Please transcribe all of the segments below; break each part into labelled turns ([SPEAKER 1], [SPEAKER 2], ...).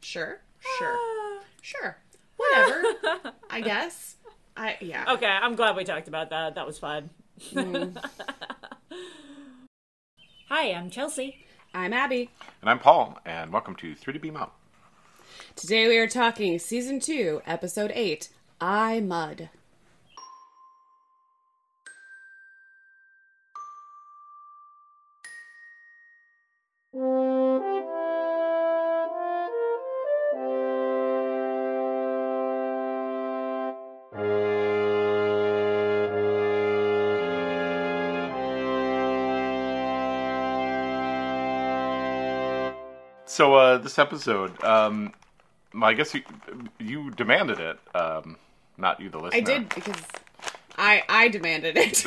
[SPEAKER 1] Sure. Sure. Sure. Whatever. I guess. I yeah.
[SPEAKER 2] Okay, I'm glad we talked about that. That was fun. Mm. Hi, I'm Chelsea.
[SPEAKER 1] I'm Abby.
[SPEAKER 3] And I'm Paul, and welcome to 3DB Mom.
[SPEAKER 1] Today we are talking season 2, episode 8, I Mud.
[SPEAKER 3] So uh, this episode, um, I guess you, you demanded it, um, not you, the listener.
[SPEAKER 1] I did because I I demanded it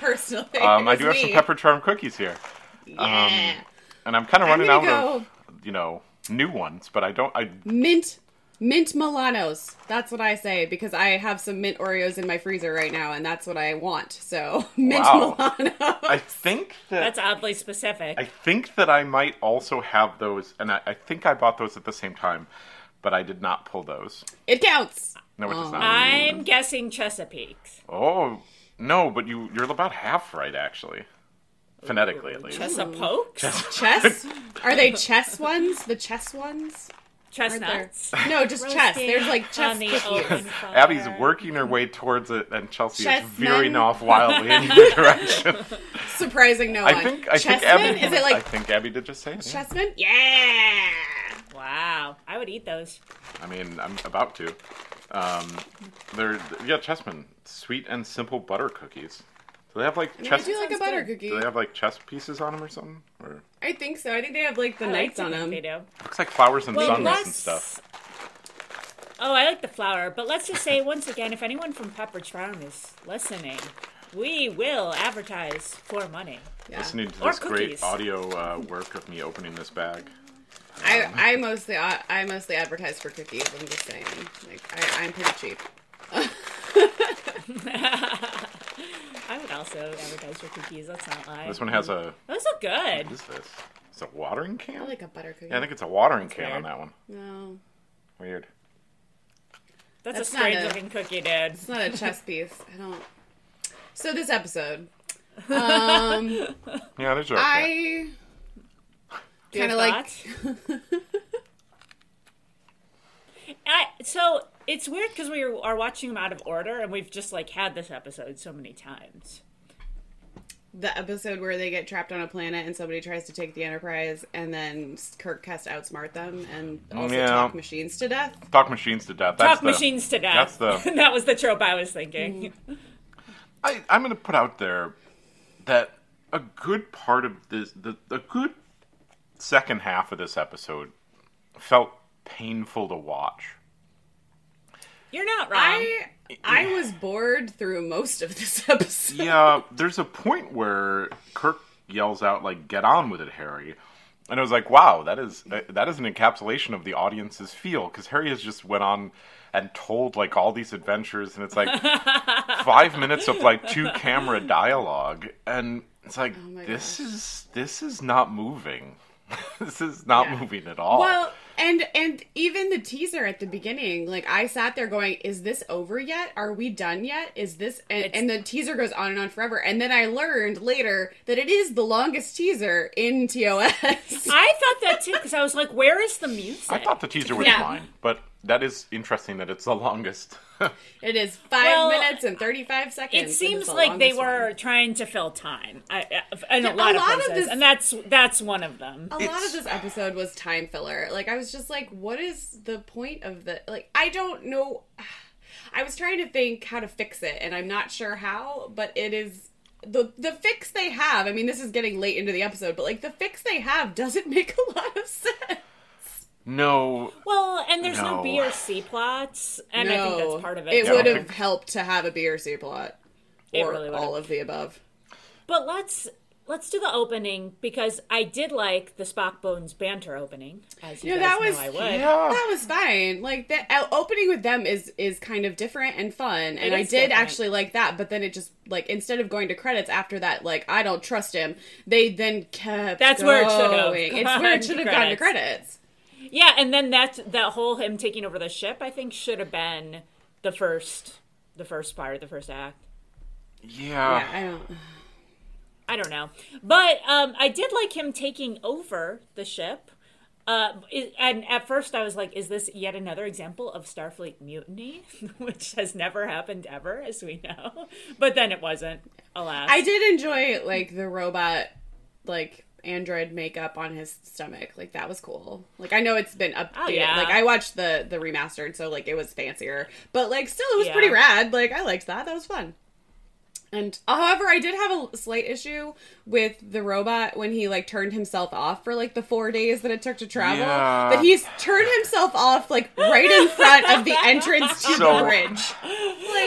[SPEAKER 1] personally.
[SPEAKER 3] Um, I
[SPEAKER 1] It
[SPEAKER 3] do
[SPEAKER 1] was
[SPEAKER 3] have some
[SPEAKER 1] me.
[SPEAKER 3] pepper um, charm cookies here,
[SPEAKER 1] Yeah.
[SPEAKER 3] and I'm kind of running out
[SPEAKER 1] gonna
[SPEAKER 3] of you know new ones, but I don't. I
[SPEAKER 1] mint mint Milanos. That's what I say because I have some mint Oreos in my freezer right now and that's what I want. So mint
[SPEAKER 3] Wow.
[SPEAKER 1] Milano.
[SPEAKER 3] I think that
[SPEAKER 2] That's oddly specific.
[SPEAKER 3] I think that I might also have those, and I, I think I bought those at the same time, but I did not pull those.
[SPEAKER 1] It counts.
[SPEAKER 3] No, it does not.
[SPEAKER 2] I'm guessing Chesapeake's.
[SPEAKER 3] Oh no, but you you're about half right actually, phonetically at least.
[SPEAKER 2] Chesapeake's?
[SPEAKER 1] Chess? Are they chess ones? The chess ones?
[SPEAKER 2] Chestnuts.
[SPEAKER 1] No, just chess.
[SPEAKER 2] Roasting
[SPEAKER 1] There's like chess
[SPEAKER 2] on the open
[SPEAKER 1] cookies.
[SPEAKER 2] fire.
[SPEAKER 3] Abby's working her way towards it, and Chelsea is
[SPEAKER 1] Chessmen.
[SPEAKER 3] veering off wildly in your direction.
[SPEAKER 1] Surprising no one.
[SPEAKER 3] I think I think
[SPEAKER 1] Chessmen?
[SPEAKER 3] Abby
[SPEAKER 1] Is it
[SPEAKER 3] I
[SPEAKER 1] like
[SPEAKER 3] think Abby did just say it. yeah.
[SPEAKER 1] chessmen? Yeah.
[SPEAKER 2] Wow. I would eat those.
[SPEAKER 3] I mean, I'm about to. Um, they're yeah, chessmen, sweet and simple butter cookies. Do they have like
[SPEAKER 1] I
[SPEAKER 3] chess?
[SPEAKER 1] do like a
[SPEAKER 2] Sounds
[SPEAKER 1] butter
[SPEAKER 2] good.
[SPEAKER 1] cookie.
[SPEAKER 3] do they have like chess pieces on them or something? Or
[SPEAKER 1] I think so. I think they have like the
[SPEAKER 2] I like
[SPEAKER 1] knights
[SPEAKER 2] to
[SPEAKER 1] on
[SPEAKER 2] think
[SPEAKER 1] them.
[SPEAKER 2] They do.
[SPEAKER 3] looks like flowers and
[SPEAKER 2] Well,
[SPEAKER 3] sunrays
[SPEAKER 2] let's.
[SPEAKER 3] and stuff.
[SPEAKER 2] Oh, I like the flower, but let's just say once again, if anyone from Pepperidge Farm is listening, we will advertise for money.
[SPEAKER 1] Yeah.
[SPEAKER 3] Listening to
[SPEAKER 2] Or
[SPEAKER 3] this great
[SPEAKER 2] cookies.
[SPEAKER 3] audio uh, work of me opening this bag.
[SPEAKER 1] I, I mostly I, I mostly advertise for cookies. I'm just saying, like I, I'm pretty cheap.
[SPEAKER 2] I would also advertise for cookies. Let's not lie.
[SPEAKER 3] This one has a.
[SPEAKER 2] Those look good.
[SPEAKER 3] What is this? It's a watering can.
[SPEAKER 1] I like a butter cookie.
[SPEAKER 3] yeah, I think it's a watering can on
[SPEAKER 2] weird.
[SPEAKER 3] that one.
[SPEAKER 1] no,
[SPEAKER 3] Weird.
[SPEAKER 2] That's,
[SPEAKER 1] That's
[SPEAKER 2] a
[SPEAKER 1] not
[SPEAKER 2] strange
[SPEAKER 1] a-
[SPEAKER 2] looking cookie, dude.
[SPEAKER 1] it's not a chess piece. I don't. So this episode,
[SPEAKER 3] Yeah, there's a.
[SPEAKER 1] I
[SPEAKER 2] Do you
[SPEAKER 1] kind of
[SPEAKER 2] have
[SPEAKER 1] like
[SPEAKER 2] thoughts? I, so it's weird because we are watching them out of order, and we've just like had this episode so many times.
[SPEAKER 1] the episode where they get trapped on a planet and somebody tries to take the Enterprise, and then Kirk has to outsmart them and also
[SPEAKER 3] Yeah. Um,
[SPEAKER 1] talk machines to death.
[SPEAKER 3] talk machines to death. That's
[SPEAKER 2] Talk
[SPEAKER 3] the-
[SPEAKER 2] machines to death.
[SPEAKER 3] that's the-
[SPEAKER 2] that was the trope I was thinking.
[SPEAKER 1] Mm.
[SPEAKER 3] I, I'm going to put out there that a good part of this, the, the good second half of this episode felt painful to watch.
[SPEAKER 2] You're not wrong.
[SPEAKER 1] I I was bored through most of this episode.
[SPEAKER 3] Yeah, there's a point where Kirk yells out like "Get on with it, Harry," and I was like, "Wow, that is uh, that is an encapsulation of the audience's feel." Because Harry has just went on and told like all these adventures, and it's like five minutes of like two camera dialogue, and it's like
[SPEAKER 1] Oh my
[SPEAKER 3] this is this is not moving. this is not
[SPEAKER 1] Yeah.
[SPEAKER 3] moving at all.
[SPEAKER 1] Well, and and even the teaser at the beginning, like I sat there going, "Is this over yet? Are we done yet? Is this?" And, and the teaser goes on and on forever. And then I learned later that it is the longest teaser in TOS.
[SPEAKER 2] I thought that too because I was like, "Where is the music?"
[SPEAKER 3] I thought the teaser was
[SPEAKER 1] Yeah.
[SPEAKER 3] fine, but that is interesting that it's the longest.
[SPEAKER 1] it is five
[SPEAKER 2] Well,
[SPEAKER 1] minutes and thirty-five seconds.
[SPEAKER 2] it
[SPEAKER 1] and it's
[SPEAKER 2] seems
[SPEAKER 1] the
[SPEAKER 2] like they
[SPEAKER 1] longest
[SPEAKER 2] were
[SPEAKER 1] one.
[SPEAKER 2] trying to fill time I, I, in
[SPEAKER 1] Yeah,
[SPEAKER 2] a lot,
[SPEAKER 1] a lot
[SPEAKER 2] of
[SPEAKER 1] of
[SPEAKER 2] places,
[SPEAKER 1] this-
[SPEAKER 2] and that's that's one of them.
[SPEAKER 1] A lot of
[SPEAKER 3] It's-
[SPEAKER 1] this episode was time filler. Like I was just like, what is the point of the like I don't know I was trying to think how to fix it and I'm not sure how, but it is the the fix they have. I mean, this is getting late into the episode, but like the fix they have doesn't make a lot of sense.
[SPEAKER 3] no,
[SPEAKER 2] Well, and there's no,
[SPEAKER 3] No.
[SPEAKER 2] B or C plots, and I think that's part of it.
[SPEAKER 1] It
[SPEAKER 2] too.
[SPEAKER 1] would
[SPEAKER 3] I
[SPEAKER 1] have
[SPEAKER 3] think-
[SPEAKER 1] helped to have a B or C plot
[SPEAKER 2] It
[SPEAKER 1] or
[SPEAKER 2] really would've.
[SPEAKER 1] all of the above.
[SPEAKER 2] But let's let's do the opening because I did like the Spock Bones banter opening. As you
[SPEAKER 1] You know,
[SPEAKER 2] guys
[SPEAKER 1] that was-
[SPEAKER 2] know, I would.
[SPEAKER 3] yeah.
[SPEAKER 1] That was fine. Like the uh, opening with them is is kind of different and fun, and I did
[SPEAKER 2] is different.
[SPEAKER 1] actually like that. But then it just like instead of going to credits after that, like I don't trust him. They then kept.
[SPEAKER 2] That's where it should have
[SPEAKER 1] going. It's where it should have gone to
[SPEAKER 2] credits.
[SPEAKER 1] credits.
[SPEAKER 2] Yeah, and then that's that whole him taking over the ship. I think should have been the first, the first part, the first act.
[SPEAKER 1] Yeah,
[SPEAKER 3] Yeah.
[SPEAKER 1] I don't.
[SPEAKER 2] I don't know, but um, I did like him taking over the ship. Uh, i- and at first, I was like, "Is this yet another example of Starfleet mutiny, which has never happened ever, as we know?" But then it wasn't, alas.
[SPEAKER 1] I did enjoy like the robot, like android makeup on his stomach. Like that was cool. Like I know it's been updated.
[SPEAKER 2] Oh, yeah.
[SPEAKER 1] Like I watched the the remastered, so like it was fancier, but like still it was
[SPEAKER 2] Yeah.
[SPEAKER 1] pretty rad. Like I liked that. That was fun. And uh, however, I did have a slight issue with the robot when he like turned himself off for like the four days that it took to travel.
[SPEAKER 3] Yeah.
[SPEAKER 1] But he's turned himself off like right in front of the entrance to the
[SPEAKER 3] So-
[SPEAKER 1] bridge. Like,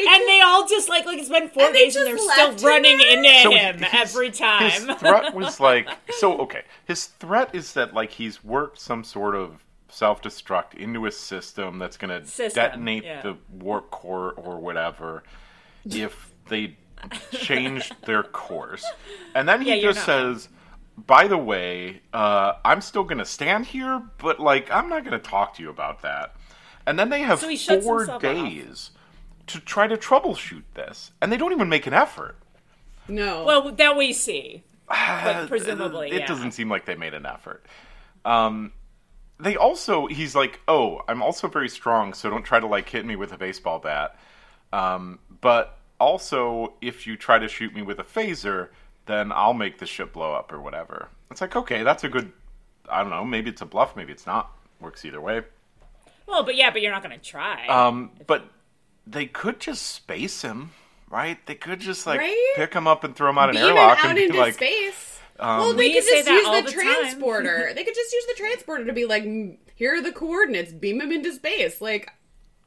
[SPEAKER 2] and they all just like like it's been four
[SPEAKER 1] And they
[SPEAKER 2] days and they're
[SPEAKER 1] just
[SPEAKER 2] still
[SPEAKER 1] left him
[SPEAKER 2] running
[SPEAKER 1] there?
[SPEAKER 2] into
[SPEAKER 3] So
[SPEAKER 2] him
[SPEAKER 3] his-
[SPEAKER 2] every
[SPEAKER 3] His
[SPEAKER 2] time.
[SPEAKER 3] threat was like so okay. His threat is that like he's worked some sort of self-destruct into a system that's going to
[SPEAKER 2] System,
[SPEAKER 3] detonate
[SPEAKER 2] yeah.
[SPEAKER 3] the warp core or whatever if they changed their course. And then he
[SPEAKER 2] Yeah, you're
[SPEAKER 3] just
[SPEAKER 2] not
[SPEAKER 3] says, "By the way, uh, I'm still going to stand here, but like I'm not going to talk to you about that." And then they have
[SPEAKER 2] So he shuts
[SPEAKER 3] four
[SPEAKER 2] himself off.
[SPEAKER 3] days to try to troubleshoot this, and they don't even make an effort.
[SPEAKER 1] no.
[SPEAKER 2] Well, that we see.
[SPEAKER 3] Uh,
[SPEAKER 2] But presumably,
[SPEAKER 3] it, it
[SPEAKER 2] yeah.
[SPEAKER 3] doesn't seem like they made an effort. Um, they also, he's like, oh, I'm also very strong, so don't try to like hit me with a baseball bat. Um, but also, if you try to shoot me with a phaser, then I'll make the ship blow up or whatever. It's like, okay, that's a good. I don't know. Maybe it's a bluff. Maybe it's not. Works either way.
[SPEAKER 2] Well, but yeah, but you're not going to try.
[SPEAKER 3] Um, but they could just space him, right? They could just like
[SPEAKER 1] Right?
[SPEAKER 3] pick him up and throw him out an
[SPEAKER 1] beam him
[SPEAKER 3] airlock
[SPEAKER 1] out
[SPEAKER 3] and be
[SPEAKER 1] into
[SPEAKER 3] like, um,
[SPEAKER 1] space. well, they
[SPEAKER 2] We
[SPEAKER 1] could
[SPEAKER 2] say
[SPEAKER 1] just
[SPEAKER 2] that
[SPEAKER 1] use
[SPEAKER 2] all
[SPEAKER 1] the,
[SPEAKER 2] the time.
[SPEAKER 1] transporter. they could just use the transporter to be like, "Mm, here are the coordinates. Beam him into space. Like,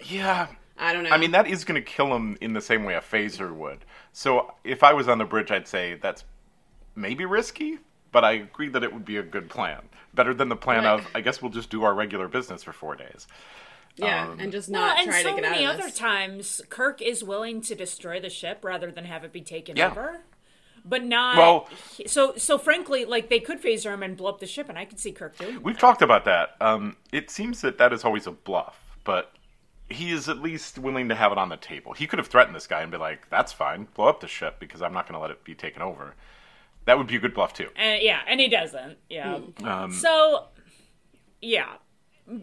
[SPEAKER 3] yeah,
[SPEAKER 1] I don't know.
[SPEAKER 3] I mean, that is going to kill him in the same way a phaser would. So if I was on the bridge, I'd say that's maybe risky, but I agree that it would be a good plan. Better than the plan
[SPEAKER 1] Right.
[SPEAKER 3] of, I guess we'll just do our regular business for four days.
[SPEAKER 1] yeah,
[SPEAKER 3] um,
[SPEAKER 1] and just
[SPEAKER 2] well,
[SPEAKER 1] not
[SPEAKER 2] and
[SPEAKER 1] try
[SPEAKER 2] so
[SPEAKER 1] to get
[SPEAKER 2] many
[SPEAKER 1] out of
[SPEAKER 2] other
[SPEAKER 1] this.
[SPEAKER 2] times, Kirk is willing to destroy the ship rather than have it be taken
[SPEAKER 3] Yeah.
[SPEAKER 2] over. But not
[SPEAKER 3] Well-
[SPEAKER 2] he- so so. Frankly, like they could phaser him and blow up the ship, and I could see Kirk doing.
[SPEAKER 3] We've talked about that. Um, it seems that that is always a bluff, but he is at least willing to have it on the table. He could have threatened this guy and be like, that's fine, blow up the ship because I'm not going to let it be taken over. That would be a good bluff, too.
[SPEAKER 2] And yeah, and he doesn't. Yeah.
[SPEAKER 1] Mm. Um,
[SPEAKER 2] so yeah.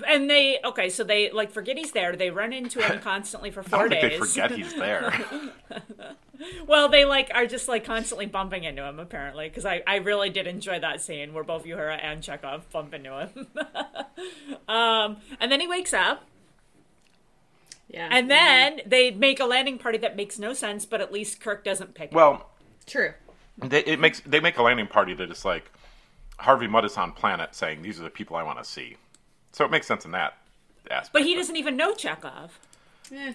[SPEAKER 2] And they okay, so they like forget he's there. They run into him constantly for
[SPEAKER 3] I
[SPEAKER 2] four
[SPEAKER 3] don't think
[SPEAKER 2] days.
[SPEAKER 3] they forget he's there.
[SPEAKER 2] Well, they like are just like constantly bumping into him apparently because I, I really did enjoy that scene where both Uhura and Chekhov bump into him. um, and then he wakes up,
[SPEAKER 1] Yeah,
[SPEAKER 2] and then they make a landing party that makes no sense, but at least Kirk doesn't pick. him.
[SPEAKER 3] well,
[SPEAKER 1] true.
[SPEAKER 3] They, it makes they make a landing party that is like Harvey Mudd is on planet saying these are the people I want to see, so it makes sense in that aspect.
[SPEAKER 2] but he doesn't even know Chekhov.
[SPEAKER 1] Eh.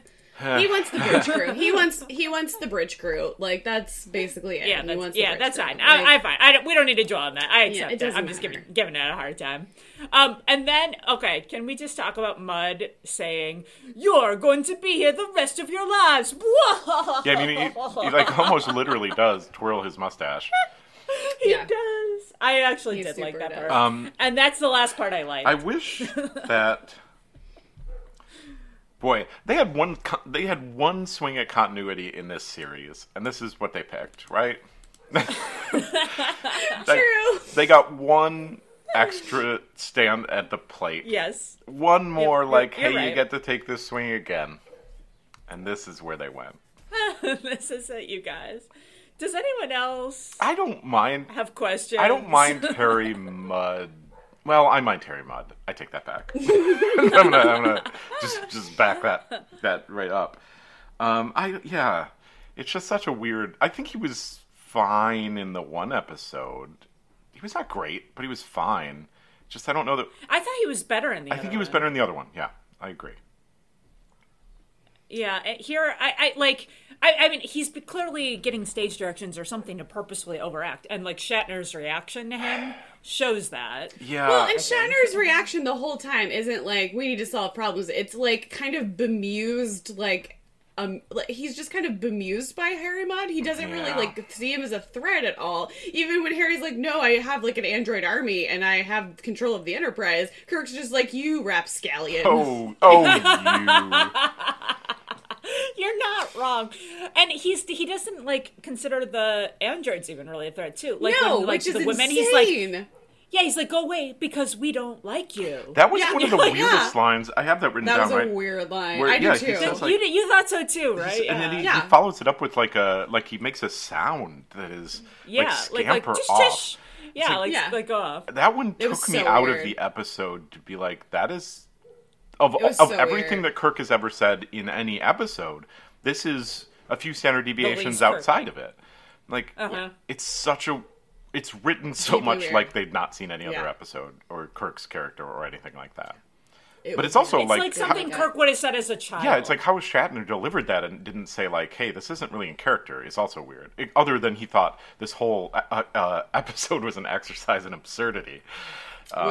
[SPEAKER 1] he wants the bridge crew. He wants he wants the bridge crew. Like that's basically it.
[SPEAKER 2] Yeah,
[SPEAKER 1] he
[SPEAKER 2] that's,
[SPEAKER 1] wants
[SPEAKER 2] yeah,
[SPEAKER 1] the bridge
[SPEAKER 2] that's
[SPEAKER 1] crew.
[SPEAKER 2] fine.
[SPEAKER 1] Like,
[SPEAKER 2] I, I fine. I don't, we don't need to dwell on that. I accept
[SPEAKER 1] it
[SPEAKER 2] it.
[SPEAKER 1] doesn't
[SPEAKER 2] I'm just giving
[SPEAKER 1] matter.
[SPEAKER 2] giving it a hard time. Um, and then okay, can we just talk about Mud saying you're going to be here the rest of your lives? Whoa!
[SPEAKER 3] yeah, I mean, he, he like almost literally does twirl his mustache.
[SPEAKER 2] He
[SPEAKER 1] Yeah.
[SPEAKER 2] does. I actually
[SPEAKER 1] He
[SPEAKER 2] did like
[SPEAKER 1] super
[SPEAKER 2] that
[SPEAKER 1] does.
[SPEAKER 2] part.
[SPEAKER 3] Um,
[SPEAKER 2] and that's the last part I liked.
[SPEAKER 3] I wish that boy they had one co- they had one swing at continuity in this series, and this is what they picked, right?
[SPEAKER 1] True.
[SPEAKER 3] They got one extra stand at the plate.
[SPEAKER 2] yes.
[SPEAKER 3] one more
[SPEAKER 2] you're-
[SPEAKER 3] like
[SPEAKER 2] you're
[SPEAKER 3] hey you
[SPEAKER 2] right.
[SPEAKER 3] get to take this swing again and this is where they went
[SPEAKER 2] this is it, you guys. Does anyone else
[SPEAKER 3] i don't mind
[SPEAKER 2] have questions?
[SPEAKER 3] i don't mind terry mudd well i mind terry mudd i take that back i'm gonna, I'm gonna just, just back that that right up um i yeah it's just such a weird i think he was fine in the one episode he was not great but he was fine just i don't know that
[SPEAKER 2] I thought he was better in the
[SPEAKER 3] i think he was better in the other one yeah i agree
[SPEAKER 2] Yeah, and here I, I like I, I mean he's be- clearly getting stage directions or something to purposefully overact, and like Shatner's reaction to him shows that.
[SPEAKER 3] yeah
[SPEAKER 1] Well, and Shatner's reaction the whole time isn't like we need to solve problems. It's like kind of bemused, like um like, he's just kind of bemused by Harry Mudd. He doesn't really
[SPEAKER 3] Yeah.
[SPEAKER 1] like see him as a threat at all. Even when Harry's like, "No, I have like an android army and I have control of the Enterprise." Kirk's just like, "You rapscallion."
[SPEAKER 3] Oh, oh, you.
[SPEAKER 2] You're not wrong. And he's he doesn't like consider the androids even really a threat too. Like
[SPEAKER 1] no,
[SPEAKER 2] when, like
[SPEAKER 1] which is
[SPEAKER 2] the
[SPEAKER 1] insane.
[SPEAKER 2] women, he's like yeah, he's like go away because we don't like you.
[SPEAKER 3] That was
[SPEAKER 1] Yeah,
[SPEAKER 3] one of the
[SPEAKER 1] yeah.
[SPEAKER 3] weirdest lines. I have that written
[SPEAKER 1] that
[SPEAKER 3] down,
[SPEAKER 1] was a
[SPEAKER 3] right?
[SPEAKER 1] weird line.
[SPEAKER 3] Where-
[SPEAKER 1] I do
[SPEAKER 3] yeah, he
[SPEAKER 1] too.
[SPEAKER 3] says, like-
[SPEAKER 2] you did- you thought so too, right?
[SPEAKER 3] And then
[SPEAKER 2] Yeah.
[SPEAKER 3] he,
[SPEAKER 1] Yeah.
[SPEAKER 3] he follows it up with like a like he makes a sound that is like
[SPEAKER 2] yeah, like
[SPEAKER 3] scamper
[SPEAKER 2] like tish,
[SPEAKER 3] off.
[SPEAKER 2] tish. Yeah, like
[SPEAKER 1] Yeah.
[SPEAKER 2] like go off.
[SPEAKER 3] That one
[SPEAKER 1] It
[SPEAKER 3] took me
[SPEAKER 1] was so
[SPEAKER 3] out of
[SPEAKER 1] weird.
[SPEAKER 3] the episode to be like that is of
[SPEAKER 1] was
[SPEAKER 3] of
[SPEAKER 1] so
[SPEAKER 3] everything
[SPEAKER 1] weird.
[SPEAKER 3] that Kirk has ever said in any episode. This is a few standard deviations
[SPEAKER 2] Kirk.
[SPEAKER 3] outside of it. Like
[SPEAKER 2] Uh-huh.
[SPEAKER 3] it's such a it's written so
[SPEAKER 1] Deeply
[SPEAKER 3] much
[SPEAKER 1] weird.
[SPEAKER 3] like they'd not seen any
[SPEAKER 1] Yeah.
[SPEAKER 3] other episode or Kirk's character or anything like that.
[SPEAKER 1] It
[SPEAKER 3] But
[SPEAKER 1] was
[SPEAKER 3] it's also
[SPEAKER 2] It's like, something
[SPEAKER 1] how-
[SPEAKER 2] Kirk would have said as a child.
[SPEAKER 3] Yeah, it's like how Shatner delivered that and didn't say like, "Hey, this isn't really in character." It's also weird. It- other than he thought this whole uh, uh, episode was an exercise in absurdity.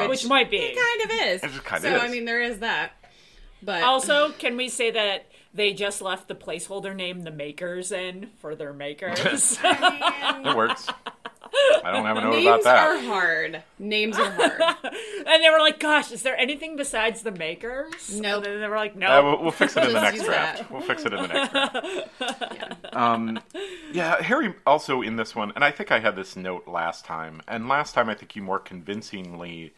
[SPEAKER 2] which might be.
[SPEAKER 1] It kind of is.
[SPEAKER 3] uh, It just kind
[SPEAKER 1] so
[SPEAKER 3] of
[SPEAKER 1] I
[SPEAKER 3] is.
[SPEAKER 1] mean, there is that. But
[SPEAKER 2] Also, can we say that they just left the placeholder name the Makers in for their Makers?
[SPEAKER 3] It works. I don't have a note about
[SPEAKER 1] names
[SPEAKER 3] that.
[SPEAKER 1] are hard. Names are hard.
[SPEAKER 2] And they were like, "Gosh, is there anything besides the makers?"
[SPEAKER 1] Nope.
[SPEAKER 2] And then they were like,
[SPEAKER 3] Uh,
[SPEAKER 2] "No."
[SPEAKER 3] we'll, we'll fix it in the
[SPEAKER 1] Let's
[SPEAKER 3] next
[SPEAKER 1] use
[SPEAKER 3] draft.
[SPEAKER 1] that.
[SPEAKER 3] We'll fix it in the next draft. Um, yeah, Harry also in this one, and I think I had this note last time, and last time I think you more convincingly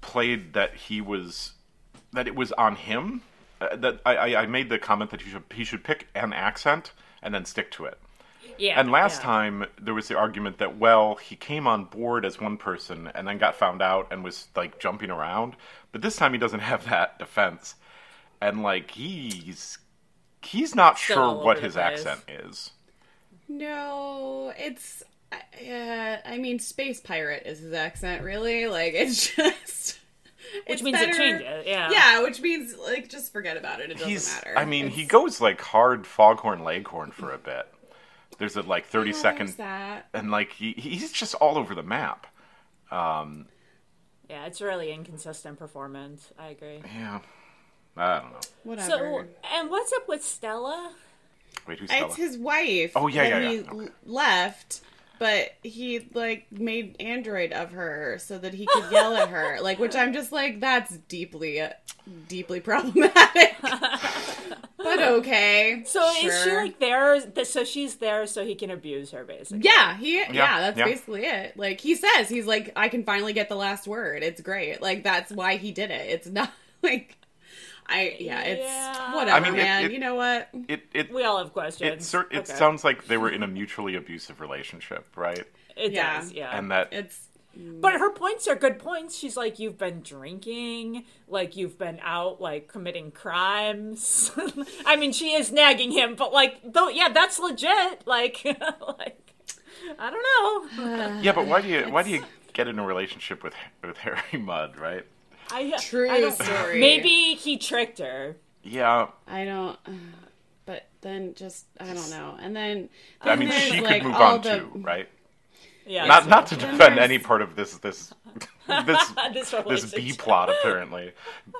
[SPEAKER 3] played that he was that it was on him. Uh, that I, I, I made the comment that he should he should pick an accent and then stick to it.
[SPEAKER 2] yeah.
[SPEAKER 3] And last
[SPEAKER 2] yeah.
[SPEAKER 3] time there was the argument that well he came on board as one person and then got found out and was like jumping around, but this time he doesn't have that defense, and like he's he's not
[SPEAKER 2] Still all
[SPEAKER 3] sure what
[SPEAKER 2] over the
[SPEAKER 3] his
[SPEAKER 2] place.
[SPEAKER 3] accent is.
[SPEAKER 1] no, it's. Uh, I mean, space pirate is his accent. Really, like it's just.
[SPEAKER 2] which means it changes. Yeah.
[SPEAKER 1] Yeah, which means like just forget about it. It doesn't
[SPEAKER 3] He's
[SPEAKER 1] matter.
[SPEAKER 3] I mean he goes like hard foghorn leghorn for a bit. There's a like thirty
[SPEAKER 1] There's
[SPEAKER 3] second,
[SPEAKER 1] that.
[SPEAKER 3] and like he he's just all over the map.
[SPEAKER 2] Yeah, it's really inconsistent performance. I agree.
[SPEAKER 3] Yeah, I don't know.
[SPEAKER 1] Whatever.
[SPEAKER 2] So, and what's up with Stella?
[SPEAKER 3] Wait, who's Stella?
[SPEAKER 1] it's his wife.
[SPEAKER 3] Oh, yeah,
[SPEAKER 1] that
[SPEAKER 3] yeah,
[SPEAKER 1] He
[SPEAKER 3] yeah. Okay.
[SPEAKER 1] l- left, but he like made android of her so that he could yell at her. Like, which I'm just like, that's deeply, uh, deeply problematic. but okay.
[SPEAKER 2] So is she
[SPEAKER 1] sure.
[SPEAKER 2] like there? th- So she's there so he can abuse her, basically.
[SPEAKER 1] Yeah, he. Yeah, that's
[SPEAKER 3] yeah.
[SPEAKER 1] basically it. Like he says, he's like, I can finally get the last word. It's great. Like that's why he did it. It's not like. I yeah, it's
[SPEAKER 2] Yeah.
[SPEAKER 1] whatever,
[SPEAKER 3] I mean, it-
[SPEAKER 1] man.
[SPEAKER 3] it-
[SPEAKER 1] you know what?
[SPEAKER 3] it it
[SPEAKER 2] We all have questions.
[SPEAKER 3] it, cer- it
[SPEAKER 2] Okay.
[SPEAKER 3] sounds like they were in a mutually abusive relationship, right?
[SPEAKER 2] It
[SPEAKER 1] Yeah.
[SPEAKER 2] does. Yeah.
[SPEAKER 3] and that
[SPEAKER 1] It's
[SPEAKER 2] But her points are good points. She's like, you've been drinking, like you've been out, like committing crimes. I mean, she is nagging him, but like, though, yeah, that's legit. Like, like, I don't know.
[SPEAKER 3] yeah but why do you why do you get in a relationship with with harry mudd right
[SPEAKER 2] I,
[SPEAKER 1] true
[SPEAKER 2] I don't-
[SPEAKER 1] story.
[SPEAKER 2] Maybe he tricked her.
[SPEAKER 3] yeah
[SPEAKER 1] I don't. But then just I don't know. And then
[SPEAKER 3] i mean
[SPEAKER 1] there's,
[SPEAKER 3] she
[SPEAKER 1] like,
[SPEAKER 3] could move
[SPEAKER 1] all
[SPEAKER 3] on
[SPEAKER 1] the-
[SPEAKER 3] too right
[SPEAKER 2] Yeah.
[SPEAKER 3] not not to defend
[SPEAKER 1] there's-
[SPEAKER 3] any part of this this this
[SPEAKER 2] This
[SPEAKER 3] this b
[SPEAKER 2] relationship.
[SPEAKER 3] plot apparently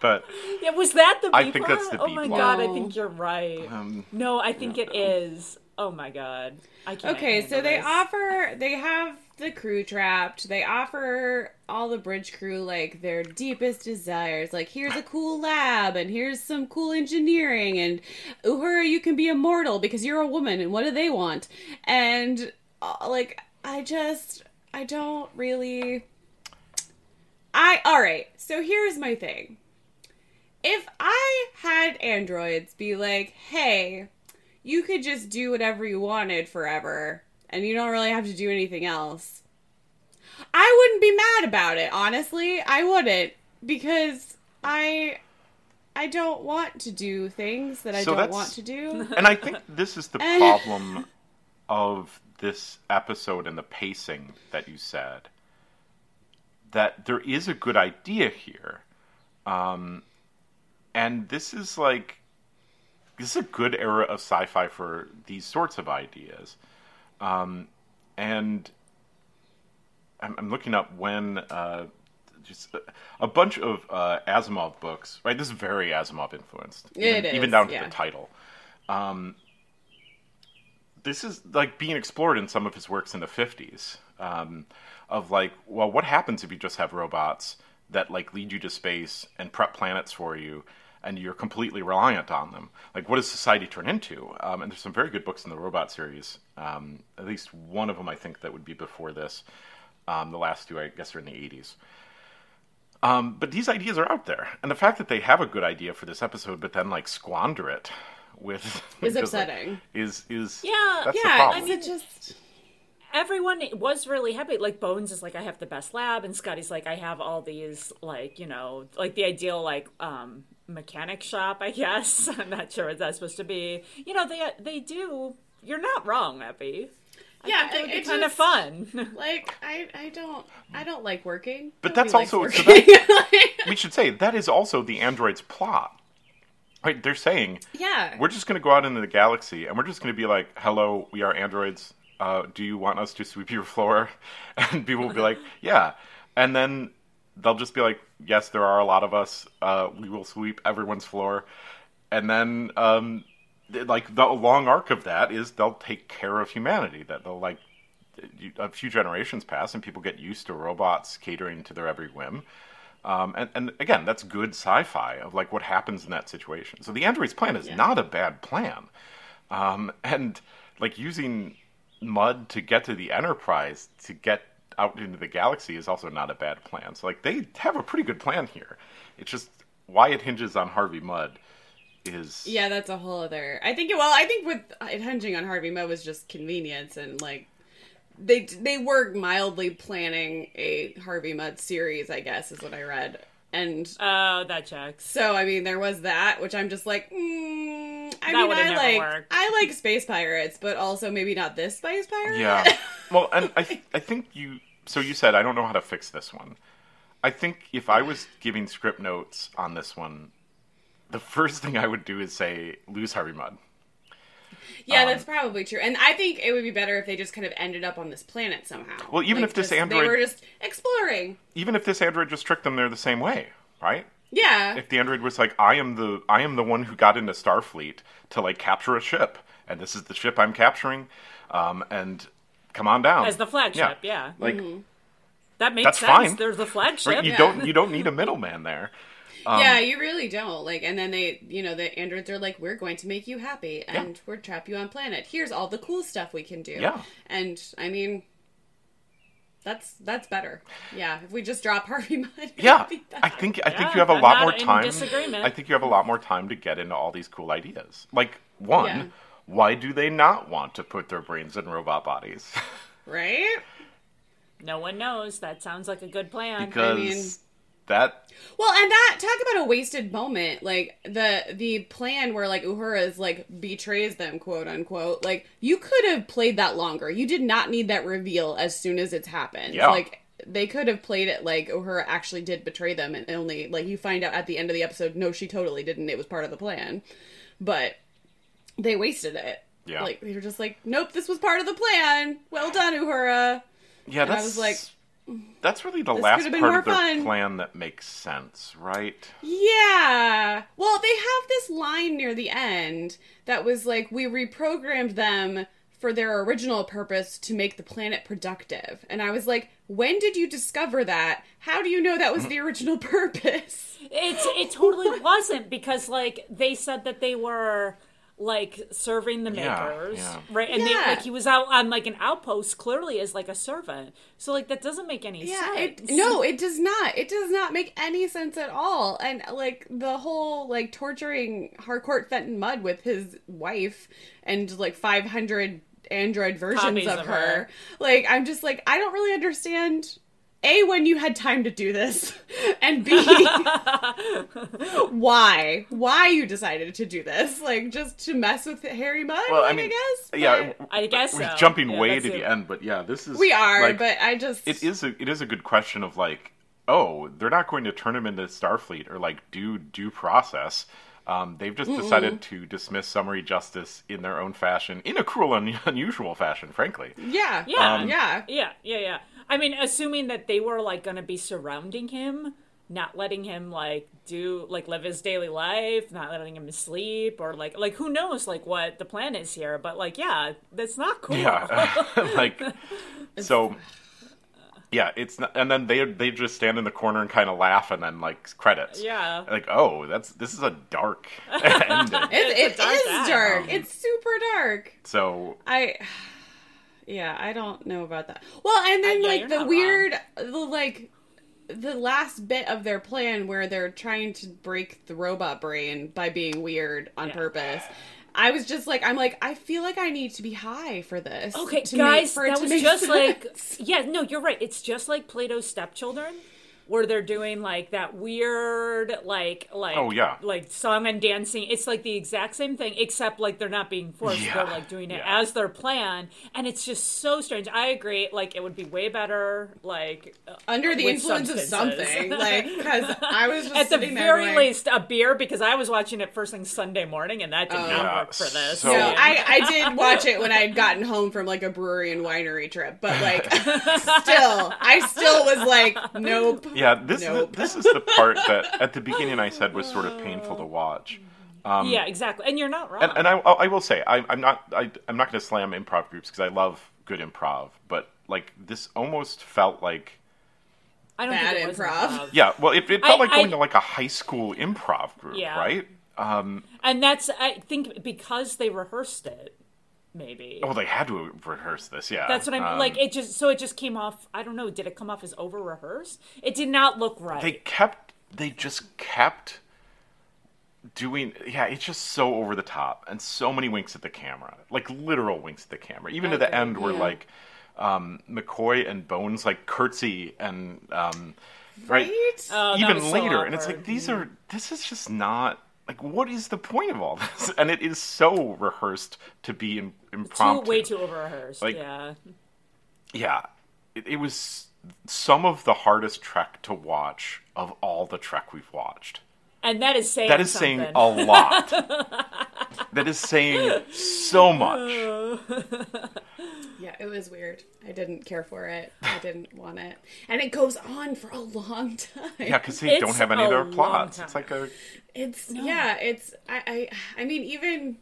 [SPEAKER 3] but
[SPEAKER 2] Yeah, was that the B
[SPEAKER 3] I think that's
[SPEAKER 2] plot?
[SPEAKER 3] the
[SPEAKER 2] Oh
[SPEAKER 3] B
[SPEAKER 2] my
[SPEAKER 3] plot.
[SPEAKER 2] god, I
[SPEAKER 1] No.
[SPEAKER 2] think you're right.
[SPEAKER 3] um,
[SPEAKER 2] no, I think it is. Oh my god, I can't.
[SPEAKER 1] Okay, so
[SPEAKER 2] handle
[SPEAKER 1] they
[SPEAKER 2] this.
[SPEAKER 1] offer they have the crew trapped. They offer all the bridge crew like their deepest desires. Like here's a cool lab and here's some cool engineering and Uhura you can be immortal because you're a woman and what do they want? And uh, like I just I don't really I all right. So here's my thing. If I had androids be like, "Hey, you could just do whatever you wanted forever and you don't really have to do anything else. I wouldn't be mad about it, honestly. I wouldn't because I I don't want to do things that I
[SPEAKER 3] So
[SPEAKER 1] don't
[SPEAKER 3] that's-
[SPEAKER 1] want to do.
[SPEAKER 3] and i think this is the
[SPEAKER 1] And-
[SPEAKER 3] problem of this episode and the pacing that you said that there is a good idea here Um, and this is like this is a good era of sci-fi for these sorts of ideas um, and I'm, I'm looking up when uh, just a- a bunch of uh, Asimov books, right? This is very Asimov influenced,
[SPEAKER 1] It
[SPEAKER 3] even,
[SPEAKER 1] is,
[SPEAKER 3] even down to
[SPEAKER 1] yeah.
[SPEAKER 3] the title. Um, this is like being explored in some of his works in the fifties, um, of like, well, what happens if you just have robots that like lead you to space and prep planets for you? And you're completely reliant on them. Like, what does society turn into? Um, and there's some very good books in the robot series. Um, at least one of them, I think, that would be before this. Um, the last two, I guess, are in the 80s. Um, but these ideas are out there, and the fact that they have a good idea for this episode, but then like squander it with
[SPEAKER 1] Is
[SPEAKER 3] just, like,
[SPEAKER 1] upsetting.
[SPEAKER 3] is is
[SPEAKER 2] Yeah,
[SPEAKER 3] that's the
[SPEAKER 1] yeah,
[SPEAKER 3] problem.
[SPEAKER 1] I mean, just
[SPEAKER 2] everyone was really happy. Like Bones is like, I have the best lab, and Scotty's like, I have all these like you know like the ideal like um mechanic shop. I guess I'm not sure what that's supposed to be. You know they they do. You're not wrong, Epi.
[SPEAKER 1] yeah,
[SPEAKER 2] It would be
[SPEAKER 1] it
[SPEAKER 2] kind of
[SPEAKER 1] just-
[SPEAKER 2] fun.
[SPEAKER 1] Like I, I don't, I don't like working.
[SPEAKER 3] But
[SPEAKER 1] Nobody
[SPEAKER 3] that's also-
[SPEAKER 1] likes
[SPEAKER 3] so
[SPEAKER 1] working.
[SPEAKER 3] we should say that is also the android's plot. Right? They're saying
[SPEAKER 1] yeah.
[SPEAKER 3] we're just going to go out into the galaxy and we're just going to be like, "Hello, we are androids. Uh, do you want us to sweep your floor?" And people will be like, "Yeah," and then they'll just be like, "Yes, there are a lot of us. Uh, we will sweep everyone's floor," and then. Um, th- like the long arc of that is they'll take care of humanity that they'll like you- a few generations pass and people get used to robots catering to their every whim. Um, and, and again, that's good sci-fi of like what happens in that situation. So the android's plan is not a bad plan, um, and like using mud to get to the Enterprise to get out into the galaxy is also not a bad plan. So like they have a pretty good plan here. It's just why it hinges on Harvey Mudd is
[SPEAKER 1] Yeah, that's a whole other. I think. Well, I think with it hinging on Harvey Mudd was just convenience and like they they were mildly planning a Harvey Mudd series. I guess is what I read, and
[SPEAKER 2] Oh, that checks.
[SPEAKER 1] so I mean there was that, which I'm just like, mm, I
[SPEAKER 2] That
[SPEAKER 1] mean
[SPEAKER 2] would've
[SPEAKER 1] I
[SPEAKER 2] never
[SPEAKER 1] like
[SPEAKER 2] worked.
[SPEAKER 1] I like space pirates, but also maybe not this space pirate.
[SPEAKER 3] Yeah. Well, and I think I think you. So you said I don't know how to fix this one. I think if I was giving script notes on this one, the first thing I would do is say lose Harvey Mudd.
[SPEAKER 1] Yeah, that's probably true. And I think it would be better if they just kind of ended up on this planet somehow.
[SPEAKER 3] Well, even
[SPEAKER 1] Like,
[SPEAKER 3] if this
[SPEAKER 1] just-
[SPEAKER 3] android-
[SPEAKER 1] they were just exploring.
[SPEAKER 3] Even if this android just tricked them there the same way, right?
[SPEAKER 1] Yeah.
[SPEAKER 3] If the android was like, I am the I am the one who got into Starfleet to like capture a ship, and this is the ship I'm capturing, um, and come on down
[SPEAKER 2] As the flagship, yeah. Mm-hmm.
[SPEAKER 3] Like
[SPEAKER 2] That makes
[SPEAKER 3] That's
[SPEAKER 2] sense.
[SPEAKER 3] fine.
[SPEAKER 2] There's the flagship.
[SPEAKER 3] right, you don't you don't need a middleman there. Um,
[SPEAKER 1] yeah, you really don't. Like and then they, you know, the androids are like we're going to make you happy and we're trap you on planet. Here's all the cool stuff we can do.
[SPEAKER 3] Yeah.
[SPEAKER 1] And I mean that's that's better. Yeah, if we just drop Harvey Mudd. it'd
[SPEAKER 3] Yeah,
[SPEAKER 1] be better.
[SPEAKER 3] I think I think
[SPEAKER 2] Yeah,
[SPEAKER 3] you have a
[SPEAKER 2] I'm
[SPEAKER 3] lot
[SPEAKER 2] not
[SPEAKER 3] more
[SPEAKER 2] in
[SPEAKER 3] time.
[SPEAKER 2] disagreement.
[SPEAKER 3] I think you have a lot more time to get into all these cool ideas. Like one,
[SPEAKER 1] Yeah.
[SPEAKER 3] why do they not want to put their brains in robot bodies?
[SPEAKER 1] right?
[SPEAKER 2] No one knows. That sounds like a good plan.
[SPEAKER 3] because
[SPEAKER 1] mean-
[SPEAKER 3] that
[SPEAKER 1] Well, and that talk about a wasted moment. Like the the plan where like Uhura is like betrays them, quote unquote. Like you could have played that longer. You did not need that reveal as soon as it's happened.
[SPEAKER 3] Yeah.
[SPEAKER 1] Like they could have played it like Uhura actually did betray them, and only like you find out at the end of the episode, no, she totally didn't. It was part of the plan, but they wasted it.
[SPEAKER 3] Yeah.
[SPEAKER 1] Like they were just like, nope, this was part of the plan. Well done, Uhura.
[SPEAKER 3] yeah,
[SPEAKER 1] I
[SPEAKER 3] that's
[SPEAKER 1] was like,
[SPEAKER 3] that's really the
[SPEAKER 1] this
[SPEAKER 3] last
[SPEAKER 1] could've been
[SPEAKER 3] part
[SPEAKER 1] more
[SPEAKER 3] of their
[SPEAKER 1] fun.
[SPEAKER 3] plan that makes sense, right?
[SPEAKER 1] Yeah. Well, they have this line near the end that was like, we reprogrammed them for their original purpose to make the planet productive. And I was like, when did you discover that? How do you know that was the original purpose?
[SPEAKER 2] It's it totally wasn't because like they said that they were like serving the
[SPEAKER 3] Yeah,
[SPEAKER 2] makers,
[SPEAKER 3] yeah.
[SPEAKER 2] right? And
[SPEAKER 1] Yeah.
[SPEAKER 2] they like he was out on like an outpost clearly as like a servant. So like that doesn't make any
[SPEAKER 1] Yeah,
[SPEAKER 2] sense.
[SPEAKER 1] it, no, it does not. It does not make any sense at all. And like the whole like torturing Harcourt Fenton Mudd with his wife and like 500 android versions
[SPEAKER 2] Copies
[SPEAKER 1] of,
[SPEAKER 2] of
[SPEAKER 1] her.
[SPEAKER 2] her.
[SPEAKER 1] Like I'm just like I don't really understand a when you had time to do this and b why why you decided to do this like just to mess with Harry Mudd
[SPEAKER 3] Well, I
[SPEAKER 1] like,
[SPEAKER 3] mean,
[SPEAKER 1] guess
[SPEAKER 3] yeah,
[SPEAKER 1] but-
[SPEAKER 2] I guess
[SPEAKER 3] we're
[SPEAKER 2] so.
[SPEAKER 3] jumping
[SPEAKER 2] Yeah,
[SPEAKER 3] way
[SPEAKER 2] that's
[SPEAKER 3] to
[SPEAKER 2] it.
[SPEAKER 3] the end, but yeah, this is
[SPEAKER 1] we are
[SPEAKER 3] like,
[SPEAKER 1] but I just
[SPEAKER 3] it is a it is a good question of like oh they're not going to turn him into starfleet or like do due process um, they've just decided to dismiss summary justice in their own fashion in a cruel and unusual fashion frankly
[SPEAKER 1] yeah
[SPEAKER 2] Yeah.
[SPEAKER 1] yeah
[SPEAKER 3] Um,
[SPEAKER 2] Yeah, yeah, yeah. I mean, assuming that they were like going to be surrounding him, not letting him like do like live his daily life, not letting him sleep, or like like who knows like what the plan is here. But like, yeah, that's not cool.
[SPEAKER 3] Yeah, like so. Yeah, it's not, and then they they just stand in the corner and kind of laugh, and then like credits.
[SPEAKER 2] Yeah.
[SPEAKER 3] like oh, that's this is a dark ending.
[SPEAKER 1] It, it
[SPEAKER 2] It's a dark Oh.
[SPEAKER 1] is
[SPEAKER 2] ass.
[SPEAKER 1] dark. It's super dark.
[SPEAKER 3] So
[SPEAKER 1] I yeah, I don't know about that. Well, and then
[SPEAKER 2] Uh, yeah,
[SPEAKER 1] like
[SPEAKER 2] you're
[SPEAKER 1] the
[SPEAKER 2] not
[SPEAKER 1] weird the like the last bit of their plan where they're trying to break the robot brain by being weird on
[SPEAKER 2] Yeah.
[SPEAKER 1] purpose. I was just like I'm like I feel like I need to be high for this.
[SPEAKER 2] Okay,
[SPEAKER 1] to make-
[SPEAKER 2] guys,
[SPEAKER 1] for it
[SPEAKER 2] that
[SPEAKER 1] to
[SPEAKER 2] was
[SPEAKER 1] make
[SPEAKER 2] just like
[SPEAKER 1] sense.
[SPEAKER 2] yeah, no, you're right. It's just like Plato's stepchildren, where they're doing like that weird, like like
[SPEAKER 3] Oh, yeah.
[SPEAKER 2] like song and dancing. It's like the exact same thing, except like they're not being forced.
[SPEAKER 3] Yeah,
[SPEAKER 2] They're like doing it
[SPEAKER 3] yeah.
[SPEAKER 2] as their plan, and it's just so strange. I agree. Like it would be way better, like uh,
[SPEAKER 1] under the
[SPEAKER 2] with
[SPEAKER 1] influence of
[SPEAKER 2] substances.
[SPEAKER 1] something like cuz I was just
[SPEAKER 2] at the
[SPEAKER 1] sitting there
[SPEAKER 2] very
[SPEAKER 1] going-
[SPEAKER 2] least a beer because I was watching it first thing Sunday morning, and that did not
[SPEAKER 3] Yeah,
[SPEAKER 2] work for this.
[SPEAKER 3] so-
[SPEAKER 1] Oh. No,
[SPEAKER 3] Yeah.
[SPEAKER 1] I, I did watch it when I had gotten home from like a brewery and winery trip, but like still, I still was like, nope.
[SPEAKER 3] yeah, this
[SPEAKER 1] Nope.
[SPEAKER 3] this is the part that at the beginning I said was sort of painful to watch.
[SPEAKER 2] yeah, exactly. And you're not wrong.
[SPEAKER 3] um, and, and I, I will say I, I'm not I, I'm not going to slam improv groups because I love good improv, but like this almost felt like
[SPEAKER 2] I don't
[SPEAKER 1] Bad
[SPEAKER 2] think it was
[SPEAKER 1] improv.
[SPEAKER 2] improv.
[SPEAKER 3] yeah, well it, it felt
[SPEAKER 2] I-
[SPEAKER 3] like going
[SPEAKER 2] I-
[SPEAKER 3] to like a high school improv group,
[SPEAKER 2] Yeah.
[SPEAKER 3] right? Um,
[SPEAKER 2] And that's I think because they rehearsed it, maybe.
[SPEAKER 3] well, they had to rehearse this, yeah.
[SPEAKER 2] That's what I'm
[SPEAKER 3] Oh, Um,
[SPEAKER 2] like. It just so it just came off. I don't know. Did it come off as over rehearsed? It did not look right.
[SPEAKER 3] They kept they just kept doing yeah it's just so over the top and so many winks at the camera like literal winks at the camera even to the
[SPEAKER 2] agree,
[SPEAKER 3] end where
[SPEAKER 1] yeah.
[SPEAKER 3] like um mccoy and bones like curtsy and um right,
[SPEAKER 1] Right?
[SPEAKER 2] Oh, that
[SPEAKER 3] even
[SPEAKER 2] was so
[SPEAKER 3] later and it's
[SPEAKER 2] awkward. Mm-hmm.
[SPEAKER 3] like these are this is just not like what is the point of all this and it is so rehearsed to be im-
[SPEAKER 2] too
[SPEAKER 3] impromptu
[SPEAKER 2] way too over rehearsed.
[SPEAKER 3] Like-
[SPEAKER 2] yeah.
[SPEAKER 3] yeah it, it was some of the hardest trek to watch of all the trek we've watched
[SPEAKER 2] And that is saying
[SPEAKER 3] that is
[SPEAKER 2] something.
[SPEAKER 3] saying a lot. that is saying so much.
[SPEAKER 1] Uh, Yeah, it was weird. I didn't care for it. I didn't want it. And it goes on for a long time.
[SPEAKER 3] Yeah, because they don't
[SPEAKER 2] It's
[SPEAKER 3] have any of
[SPEAKER 2] a
[SPEAKER 3] their
[SPEAKER 2] long
[SPEAKER 3] plots.
[SPEAKER 2] time.
[SPEAKER 3] It's like a
[SPEAKER 1] It's yeah, it's I, I I mean even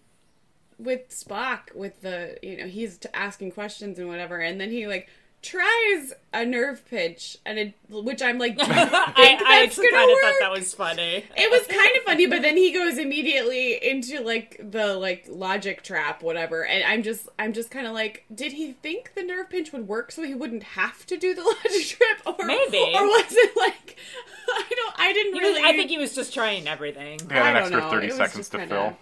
[SPEAKER 1] with Spock with the you know he's t- asking questions and whatever and then he like tries a nerve pinch and it which I'm like "Do you think
[SPEAKER 2] I, I
[SPEAKER 1] that's
[SPEAKER 2] actually
[SPEAKER 1] gonna
[SPEAKER 2] kind of thought
[SPEAKER 1] work?"
[SPEAKER 2] that was funny.
[SPEAKER 1] it was kind of funny, but then he goes immediately into like the like logic trap, whatever. And I'm just, I'm just kind of like, did he think the nerve pinch would work so he wouldn't have to do the logic trip, or
[SPEAKER 2] Maybe.
[SPEAKER 1] or was it like, I don't, I didn't really.
[SPEAKER 2] I think he was just trying everything.
[SPEAKER 3] they had an
[SPEAKER 1] I don't
[SPEAKER 3] extra
[SPEAKER 1] know,
[SPEAKER 3] thirty
[SPEAKER 1] it was
[SPEAKER 3] seconds
[SPEAKER 1] just
[SPEAKER 3] to
[SPEAKER 1] kinda-
[SPEAKER 3] fill.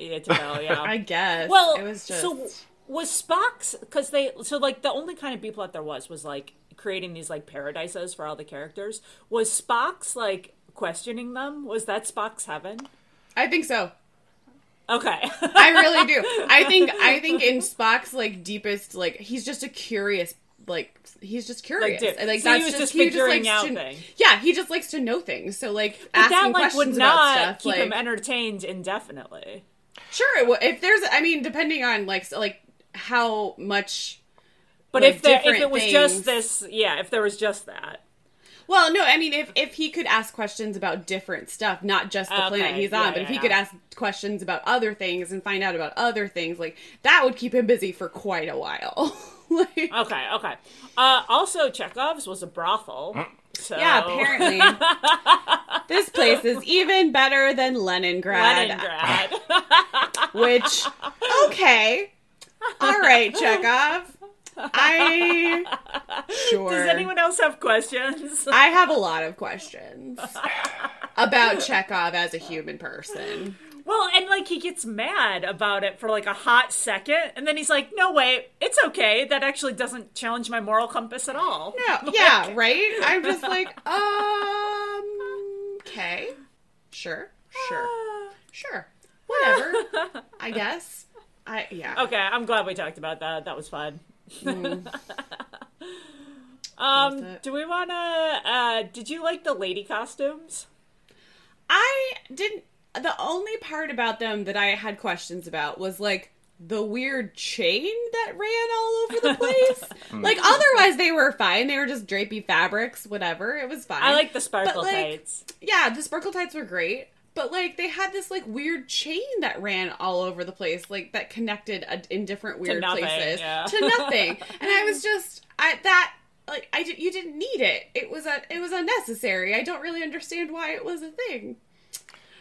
[SPEAKER 2] Yeah, to know, yeah.
[SPEAKER 1] I guess.
[SPEAKER 2] Well,
[SPEAKER 1] it was just.
[SPEAKER 2] so was Spock's because they so like the only kind of B plot there was was like creating these like paradises for all the characters. Was Spock's like questioning them? Was that Spock's heaven?
[SPEAKER 1] I think so.
[SPEAKER 2] Okay,
[SPEAKER 1] I really do. I think I think in Spock's like deepest like he's just a curious like he's just curious.
[SPEAKER 2] dip-
[SPEAKER 1] Like,
[SPEAKER 2] so he was just figuring
[SPEAKER 1] likes
[SPEAKER 2] out
[SPEAKER 1] to,
[SPEAKER 2] things.
[SPEAKER 1] Yeah, he just likes to know things. So like
[SPEAKER 2] but
[SPEAKER 1] asking
[SPEAKER 2] that like
[SPEAKER 1] questions
[SPEAKER 2] would
[SPEAKER 1] about
[SPEAKER 2] not
[SPEAKER 1] stuff
[SPEAKER 2] keep
[SPEAKER 1] like
[SPEAKER 2] him entertained indefinitely.
[SPEAKER 1] sure it would, if there's I mean depending on like so, like how much
[SPEAKER 2] But
[SPEAKER 1] Like,
[SPEAKER 2] if there, if
[SPEAKER 1] different
[SPEAKER 2] it was
[SPEAKER 1] things.
[SPEAKER 2] just this, yeah, if there was just that,
[SPEAKER 1] well no I mean if if he could ask questions about different stuff not just the
[SPEAKER 2] Okay,
[SPEAKER 1] planet he's
[SPEAKER 2] yeah,
[SPEAKER 1] on but
[SPEAKER 2] yeah,
[SPEAKER 1] if he
[SPEAKER 2] yeah.
[SPEAKER 1] could ask questions about other things and find out about other things like that would keep him busy for quite a while. like,
[SPEAKER 2] okay, okay. Uh, also, Chekhov's was a brothel. So
[SPEAKER 1] Yeah, apparently. this place is even better than Leningrad,
[SPEAKER 2] Leningrad.
[SPEAKER 1] which okay. All right, Chekhov. I sure.
[SPEAKER 2] Does anyone else have questions?
[SPEAKER 1] I have a lot of questions about Chekhov as a human person.
[SPEAKER 2] Well, and like he gets mad about it for like a hot second, and then he's like, "No way, it's okay. That actually doesn't challenge my moral compass at all."
[SPEAKER 1] Yeah, yeah, right? I'm just like, um, okay. Sure. Sure. Sure. Whatever. I guess. I yeah.
[SPEAKER 2] Okay, I'm glad we talked about that. That was fun. um,
[SPEAKER 1] it.
[SPEAKER 2] do we want to? Uh, did you like the lady costumes?
[SPEAKER 1] I didn't. The only part about them that I had questions about was like the weird chain that ran all over the
[SPEAKER 2] Mm.
[SPEAKER 1] place. like otherwise they were fine. They were just drapey fabrics, whatever. It was fine.
[SPEAKER 2] I like the sparkle
[SPEAKER 1] like,
[SPEAKER 2] tights.
[SPEAKER 1] Yeah, the sparkle tights were great. But like they had this like weird chain that ran all over the place, like that connected a, in different weird
[SPEAKER 2] nothing,
[SPEAKER 1] places
[SPEAKER 2] yeah.
[SPEAKER 1] to nothing. and I was just I that like I di- you didn't need it. It was a it was unnecessary. I don't really understand why it was a thing.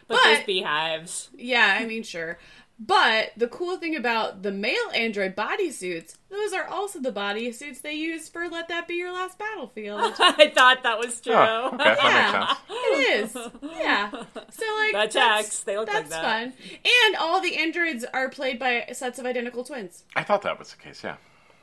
[SPEAKER 2] But, those
[SPEAKER 1] but-
[SPEAKER 2] beehives.
[SPEAKER 1] Yeah, I mean, sure. But the cool thing about the male android bodysuits, those are also the bodysuits they use for Let That Be Your Last Battlefield.
[SPEAKER 2] I thought that was true.
[SPEAKER 3] Oh, okay, that makes sense.
[SPEAKER 1] it is. Yeah. So, like,
[SPEAKER 2] That
[SPEAKER 1] that's-
[SPEAKER 2] checks. They look like
[SPEAKER 1] that's
[SPEAKER 2] that.
[SPEAKER 1] fun. And all the androids are played by sets of identical twins.
[SPEAKER 3] I thought that was the case. Yeah.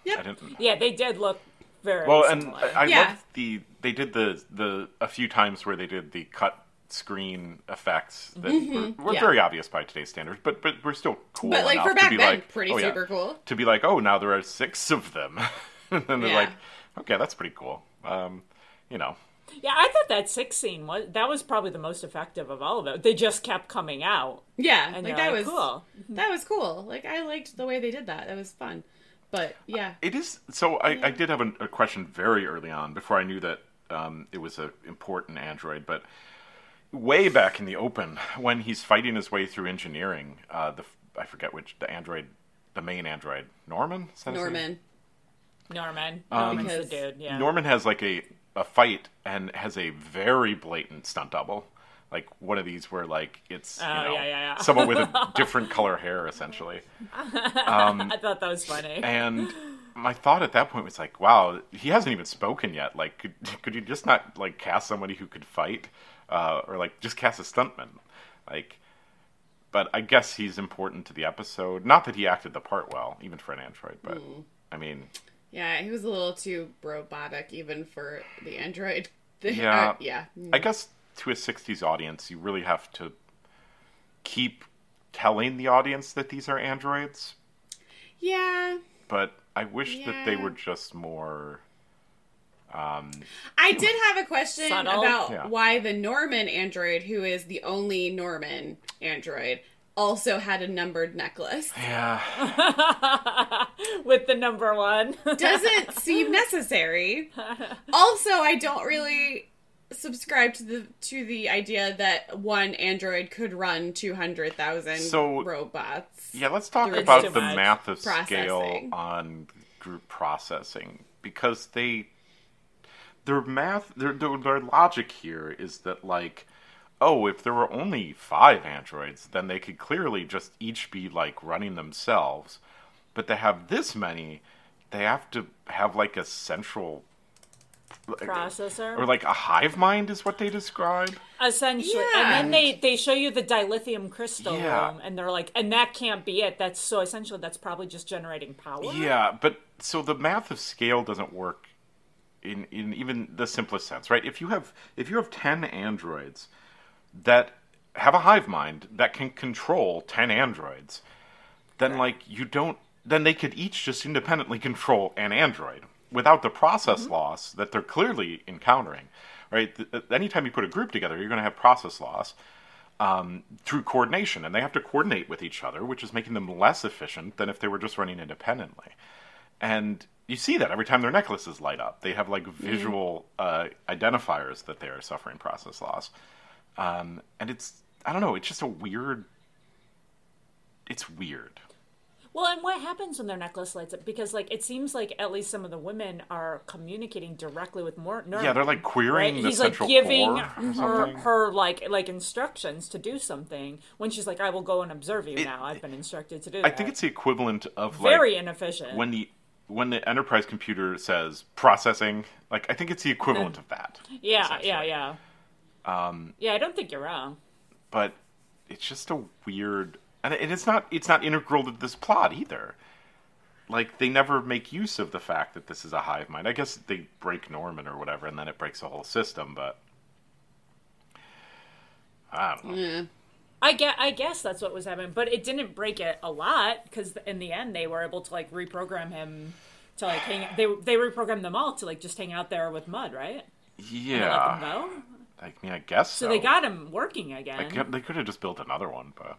[SPEAKER 1] Yep.
[SPEAKER 3] I didn't.
[SPEAKER 2] Yeah, they did look very
[SPEAKER 3] Well, and
[SPEAKER 2] similar.
[SPEAKER 3] I, I
[SPEAKER 1] Yeah.
[SPEAKER 3] love the they did the the a few times where they did the cut screen effects that were, were
[SPEAKER 1] Mm-hmm. yeah.
[SPEAKER 3] very obvious by today's standards, but but we're still cool.
[SPEAKER 1] But, like,
[SPEAKER 3] enough
[SPEAKER 1] for
[SPEAKER 3] to
[SPEAKER 1] back
[SPEAKER 3] be
[SPEAKER 1] then,
[SPEAKER 3] like,
[SPEAKER 1] pretty
[SPEAKER 3] oh, yeah.
[SPEAKER 1] super cool.
[SPEAKER 3] to be like, oh, now there are six of them, and then they're
[SPEAKER 1] Yeah.
[SPEAKER 3] like, okay, that's pretty cool. Um, you know,
[SPEAKER 2] yeah, I thought that six scene was that was probably the most effective of all of it. They just kept coming out,
[SPEAKER 1] Yeah.
[SPEAKER 2] and
[SPEAKER 1] like,
[SPEAKER 2] they're
[SPEAKER 1] that was
[SPEAKER 2] like, cool.
[SPEAKER 1] That was cool. Like, I liked the way they did that. That was fun. But, yeah.
[SPEAKER 3] It is so. I, I did have a, a question very early on before I knew that um, it was an important android, but way back in the open when he's fighting his way through engineering, uh, the I forget which the android, the main android, Norman. Is that his name?
[SPEAKER 1] Norman.
[SPEAKER 2] Norman,
[SPEAKER 3] Um,
[SPEAKER 2] Norman's
[SPEAKER 1] Because-
[SPEAKER 2] the dude. Yeah,
[SPEAKER 3] Norman has like a a fight and has a very blatant stunt double. Like one of these where like it's you
[SPEAKER 2] Oh,
[SPEAKER 3] know,
[SPEAKER 2] yeah, yeah, yeah.
[SPEAKER 3] someone with a different color hair essentially.
[SPEAKER 2] I thought that was funny.
[SPEAKER 3] and my thought at that point was like, "Wow, he hasn't even spoken yet. Like, could could you just not like cast somebody who could fight, uh, or like just cast a stuntman? Like, but I guess he's important to the episode. Not that he acted the part well, even for an android. But I mean,
[SPEAKER 1] Yeah, he was a little too robotic even for the android.
[SPEAKER 3] Yeah.
[SPEAKER 1] Uh, yeah.
[SPEAKER 3] I guess to a '60s audience, you really have to keep telling the audience that these are androids.
[SPEAKER 1] Yeah.
[SPEAKER 3] But I wish that they
[SPEAKER 1] Yeah.
[SPEAKER 3] were just more.
[SPEAKER 1] I did have a question
[SPEAKER 2] Subtle.
[SPEAKER 1] about
[SPEAKER 3] Yeah.
[SPEAKER 1] why the Norman android, who is the only Norman android, also had a numbered necklace.
[SPEAKER 3] Yeah.
[SPEAKER 2] With the number one,
[SPEAKER 1] Doesn't seem necessary. Also, I don't really subscribe to the to the idea that one android could run 200,000
[SPEAKER 3] So-
[SPEAKER 1] robots.
[SPEAKER 3] Yeah, let's talk
[SPEAKER 1] Through
[SPEAKER 3] about
[SPEAKER 2] its
[SPEAKER 3] the
[SPEAKER 2] device
[SPEAKER 3] math of scale
[SPEAKER 1] processing.
[SPEAKER 3] on group processing because they their math their, their their logic here is that like oh if there were only 5 androids then they could clearly just each be like running themselves but to have this many they have to have like a central
[SPEAKER 2] processor.
[SPEAKER 3] or like a hive mind is what they describe
[SPEAKER 2] Essentially,
[SPEAKER 1] Yeah.
[SPEAKER 2] and then they they show you the dilithium crystal
[SPEAKER 3] Yeah.
[SPEAKER 2] room, and they're like, and that can't be it. That's so essentially that's probably just generating power.
[SPEAKER 3] Yeah, but so the math of scale doesn't work in in even the simplest sense, right? If you have if you have 10 androids that have a hive mind that can control 10 androids, then like you don't then they could each just independently control an android without the process loss that they're clearly encountering, right? Th- th- anytime you put a group together, you're going to have process loss through coordination, and they have to coordinate with each other, which is making them less efficient than if they were just running independently. And you see that every time their necklaces light up, they have like
[SPEAKER 2] Mm-hmm.
[SPEAKER 3] visual uh, identifiers that they are suffering process loss. Um, and it's I don't know, it's just a weird. It's weird.
[SPEAKER 2] Well, and what happens when their necklace lights up? Because like it seems like at least some of the women are communicating directly with more. Norman,
[SPEAKER 3] Yeah, they're like
[SPEAKER 2] right?
[SPEAKER 3] querying the
[SPEAKER 2] He's like
[SPEAKER 3] central
[SPEAKER 2] giving
[SPEAKER 3] core or
[SPEAKER 2] her
[SPEAKER 3] something.
[SPEAKER 2] her like like instructions to do something when she's like, "I will go and observe you now. I've been instructed to do."
[SPEAKER 3] I think it's the equivalent of like
[SPEAKER 2] very inefficient.
[SPEAKER 3] when the when the enterprise computer says processing. Like I think it's the
[SPEAKER 2] Mm.
[SPEAKER 3] equivalent of that.
[SPEAKER 2] yeah, yeah, yeah. Um, yeah, I don't think you're wrong.
[SPEAKER 3] but it's just a weird and it- it's not it's not integral to this plot either like they never make use of the fact that this is a hive mind i guess they break norman or whatever and then it breaks the whole system but i don't know
[SPEAKER 2] I get. I guess that's what was happening, but it didn't break it a lot because in the end they were able to like reprogram him to like hang. They they reprogrammed them all to like just hang out there with mud, right? Let them
[SPEAKER 3] yeah
[SPEAKER 2] go.
[SPEAKER 3] i mean i guess so,
[SPEAKER 2] So they got him working again.
[SPEAKER 3] I gu- they could have just built another one but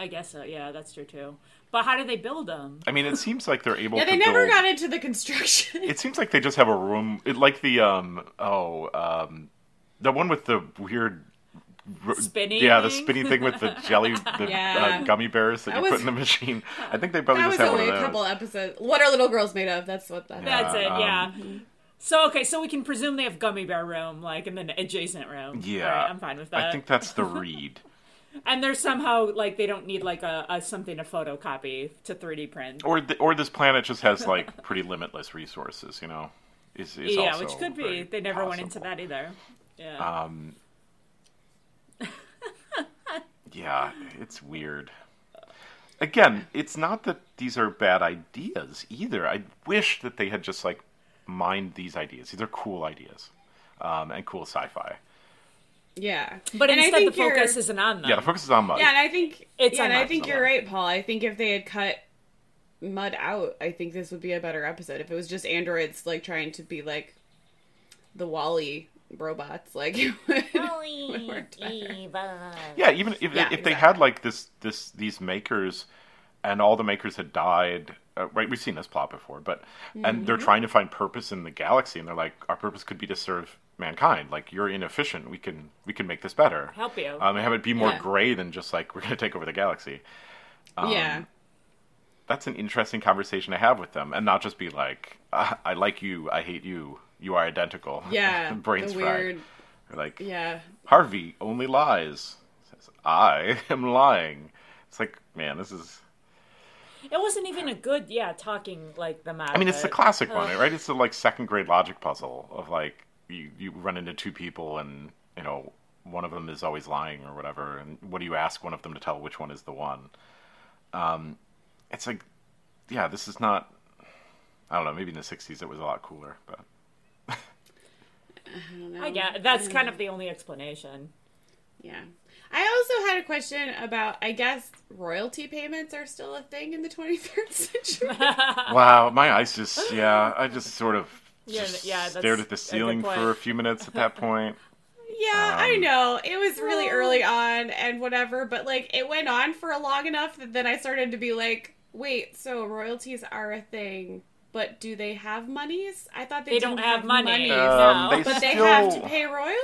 [SPEAKER 2] I guess so. Yeah, that's true too. But how do they build them?
[SPEAKER 3] I mean, it seems like they're able.
[SPEAKER 1] Yeah,
[SPEAKER 3] to
[SPEAKER 1] they never
[SPEAKER 3] build...
[SPEAKER 1] got into the construction.
[SPEAKER 3] It seems like they just have a room, it, like the um oh um the one with the weird r-
[SPEAKER 2] Spinning
[SPEAKER 3] Yeah, the
[SPEAKER 2] thing?
[SPEAKER 3] spinning thing with the jelly, the
[SPEAKER 1] Yeah.
[SPEAKER 3] uh, gummy bears that,
[SPEAKER 1] That
[SPEAKER 3] you
[SPEAKER 1] was-
[SPEAKER 3] put in the machine. I think they probably
[SPEAKER 1] that was
[SPEAKER 3] just have one
[SPEAKER 1] only
[SPEAKER 3] of
[SPEAKER 1] a
[SPEAKER 3] those.
[SPEAKER 1] couple episodes. What are little girls made of? That's what that.
[SPEAKER 2] That's it.
[SPEAKER 3] um,
[SPEAKER 2] Yeah. So okay, so we can presume they have gummy bear room, like, and then adjacent room.
[SPEAKER 3] Yeah,
[SPEAKER 2] All right, I'm fine with that.
[SPEAKER 3] I think that's the read.
[SPEAKER 2] And they're somehow like they don't need like a, a something to photocopy to 3D print.
[SPEAKER 3] or th or this planet just has like pretty limitless resources, you know. Is, is
[SPEAKER 2] yeah,
[SPEAKER 3] also
[SPEAKER 2] which could
[SPEAKER 3] very
[SPEAKER 2] be. They never went into
[SPEAKER 3] possible.
[SPEAKER 2] that either. Yeah.
[SPEAKER 3] Um, yeah, it's weird. Again, it's not that these are bad ideas either. I wish that they had just like mined these ideas. These are cool ideas, um, and cool sci-fi.
[SPEAKER 1] Yeah,
[SPEAKER 2] but
[SPEAKER 1] And I
[SPEAKER 2] instead, the
[SPEAKER 1] think you're-
[SPEAKER 2] focus isn't on them.
[SPEAKER 3] Yeah, the focus is on mud.
[SPEAKER 1] Yeah, and I think
[SPEAKER 2] It's
[SPEAKER 1] yeah, and I
[SPEAKER 2] unmatched
[SPEAKER 1] think
[SPEAKER 3] a
[SPEAKER 1] you're
[SPEAKER 3] lot.
[SPEAKER 1] right, Paul. I think if they had cut mud out, I think this would be a better episode. If it was just androids like trying to be like the Wally robots, like it would- would worked better.
[SPEAKER 3] Yeah, even if
[SPEAKER 1] Yeah,
[SPEAKER 3] if
[SPEAKER 1] exactly.
[SPEAKER 3] they had like this this these makers, and all the makers had died. Uh, right, we've seen this plot before, but and
[SPEAKER 1] Mm-hmm.
[SPEAKER 3] they're trying to find purpose in the galaxy, and they're like, our purpose could be to serve mankind. Like you're inefficient, we can we can make this better.
[SPEAKER 2] Help you.
[SPEAKER 3] Um, and have it be more
[SPEAKER 1] Yeah.
[SPEAKER 3] gray than just like we're going to take over the galaxy. Um,
[SPEAKER 1] yeah,
[SPEAKER 3] That's an interesting conversation to have with them, and not just be like, I, I like you, I hate you, you are identical.
[SPEAKER 1] yeah,
[SPEAKER 3] brains
[SPEAKER 1] the
[SPEAKER 3] fried.
[SPEAKER 1] weird,
[SPEAKER 3] They're like,
[SPEAKER 1] yeah,
[SPEAKER 3] Harvey only lies. Says, I am lying. It's like, man, this is.
[SPEAKER 2] It wasn't even a good, yeah, talking like them out.
[SPEAKER 3] I mean,
[SPEAKER 2] of
[SPEAKER 3] it's the
[SPEAKER 2] it.
[SPEAKER 3] classic one, right? It's the like second grade logic puzzle of like you you run into two people and you know one of them is always lying or whatever, and what do you ask one of them to tell which one is the one? Um, it's like, yeah, this is not. I don't know. Maybe in the '60s it was a lot cooler, but
[SPEAKER 2] I get that's kind of the only explanation.
[SPEAKER 1] yeah. I also had a question about. I guess royalty payments are still a thing in the 23rd century.
[SPEAKER 3] wow, my eyes just yeah. I just sort of
[SPEAKER 2] Yeah,
[SPEAKER 3] just
[SPEAKER 2] yeah, that's
[SPEAKER 3] stared at
[SPEAKER 2] a
[SPEAKER 3] the
[SPEAKER 2] good
[SPEAKER 3] ceiling
[SPEAKER 2] point.
[SPEAKER 3] for a few minutes at that point.
[SPEAKER 1] Yeah, I
[SPEAKER 3] Um,
[SPEAKER 1] know. It was really early on and whatever, but like it went on for long enough that then I started to be like, wait, so royalties are a thing, but do they have monies? I thought they,
[SPEAKER 2] They don't
[SPEAKER 1] didn't
[SPEAKER 2] have money.
[SPEAKER 3] Um,
[SPEAKER 2] No.
[SPEAKER 3] they
[SPEAKER 1] But they
[SPEAKER 3] still,
[SPEAKER 1] have to pay royalties?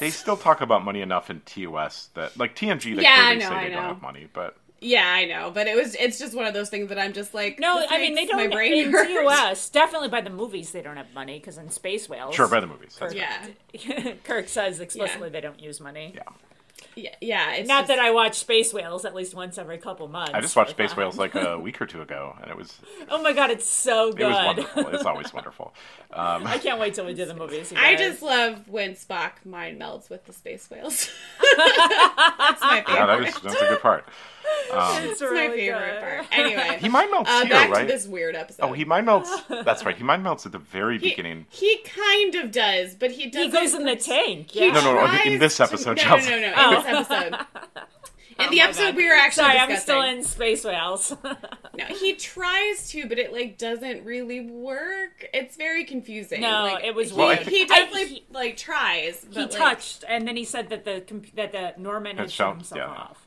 [SPEAKER 3] They still talk about money enough in TOS that, like TNG, they
[SPEAKER 1] Yeah, I
[SPEAKER 3] clearly
[SPEAKER 1] know,
[SPEAKER 3] say
[SPEAKER 1] I
[SPEAKER 3] they don't
[SPEAKER 1] know.
[SPEAKER 3] have money, but
[SPEAKER 1] yeah, I know, but it was it's just one of those things that I'm just like
[SPEAKER 2] No,
[SPEAKER 1] this
[SPEAKER 2] I mean they
[SPEAKER 1] makes
[SPEAKER 2] don't.
[SPEAKER 1] my brain
[SPEAKER 2] in
[SPEAKER 1] hurt.
[SPEAKER 2] TOS, definitely by the movies, they don't have money because in space whales,
[SPEAKER 3] sure by the movies. That's
[SPEAKER 1] Yeah.
[SPEAKER 2] Kirk says explicitly they don't use money.
[SPEAKER 3] Yeah.
[SPEAKER 1] Yeah, yeah it's
[SPEAKER 2] Not
[SPEAKER 1] just-
[SPEAKER 2] that I watch Space Whales at least once every couple months.
[SPEAKER 3] I just watched
[SPEAKER 2] but,
[SPEAKER 3] Space
[SPEAKER 2] uh,
[SPEAKER 3] Whales like a week or two ago, and it was
[SPEAKER 2] Oh my god, it's so
[SPEAKER 3] it was
[SPEAKER 2] good.
[SPEAKER 3] wonderful. It's always wonderful. Um,
[SPEAKER 2] I can't wait till we do the movies. you
[SPEAKER 1] I
[SPEAKER 2] guys.
[SPEAKER 1] just love when Spock mind melds with the space whales. That's my favorite.
[SPEAKER 3] yeah, that is that's a good part. Um,
[SPEAKER 2] it's
[SPEAKER 1] That's my
[SPEAKER 2] really
[SPEAKER 1] favorite
[SPEAKER 2] good.
[SPEAKER 1] part. Anyway,
[SPEAKER 3] he mind melts
[SPEAKER 1] Uh,
[SPEAKER 3] here,
[SPEAKER 1] back
[SPEAKER 3] right?
[SPEAKER 1] to this weird episode.
[SPEAKER 3] Oh, he mind melts. That's right. He mind melts at the very
[SPEAKER 1] He-
[SPEAKER 3] beginning.
[SPEAKER 1] He kind of does, but he doesn't.
[SPEAKER 2] He goes in the tank.
[SPEAKER 1] he
[SPEAKER 2] Yeah.
[SPEAKER 3] No, no, no,
[SPEAKER 1] tries
[SPEAKER 3] Oh, in this
[SPEAKER 1] to-
[SPEAKER 3] episode,
[SPEAKER 1] No, no,
[SPEAKER 3] Chelsea.
[SPEAKER 1] no, no,
[SPEAKER 2] Oh.
[SPEAKER 1] in this episode. In
[SPEAKER 2] Oh
[SPEAKER 1] the
[SPEAKER 2] my
[SPEAKER 1] episode
[SPEAKER 2] God.
[SPEAKER 1] we were actually
[SPEAKER 2] Sorry, I'm
[SPEAKER 1] discussing.
[SPEAKER 2] still in Space Whales.
[SPEAKER 1] No, he tries to, but it like doesn't really work. It's very confusing.
[SPEAKER 2] No,
[SPEAKER 1] like,
[SPEAKER 2] it was
[SPEAKER 1] He,
[SPEAKER 3] Well, I
[SPEAKER 1] he
[SPEAKER 2] think- I-
[SPEAKER 1] definitely
[SPEAKER 2] he-
[SPEAKER 1] like tries. But,
[SPEAKER 2] he
[SPEAKER 1] like,
[SPEAKER 2] touched, and then he said that the comp- that the Norman had
[SPEAKER 3] Had
[SPEAKER 2] shut
[SPEAKER 3] shot-
[SPEAKER 2] himself
[SPEAKER 3] yeah. Oh.
[SPEAKER 2] off.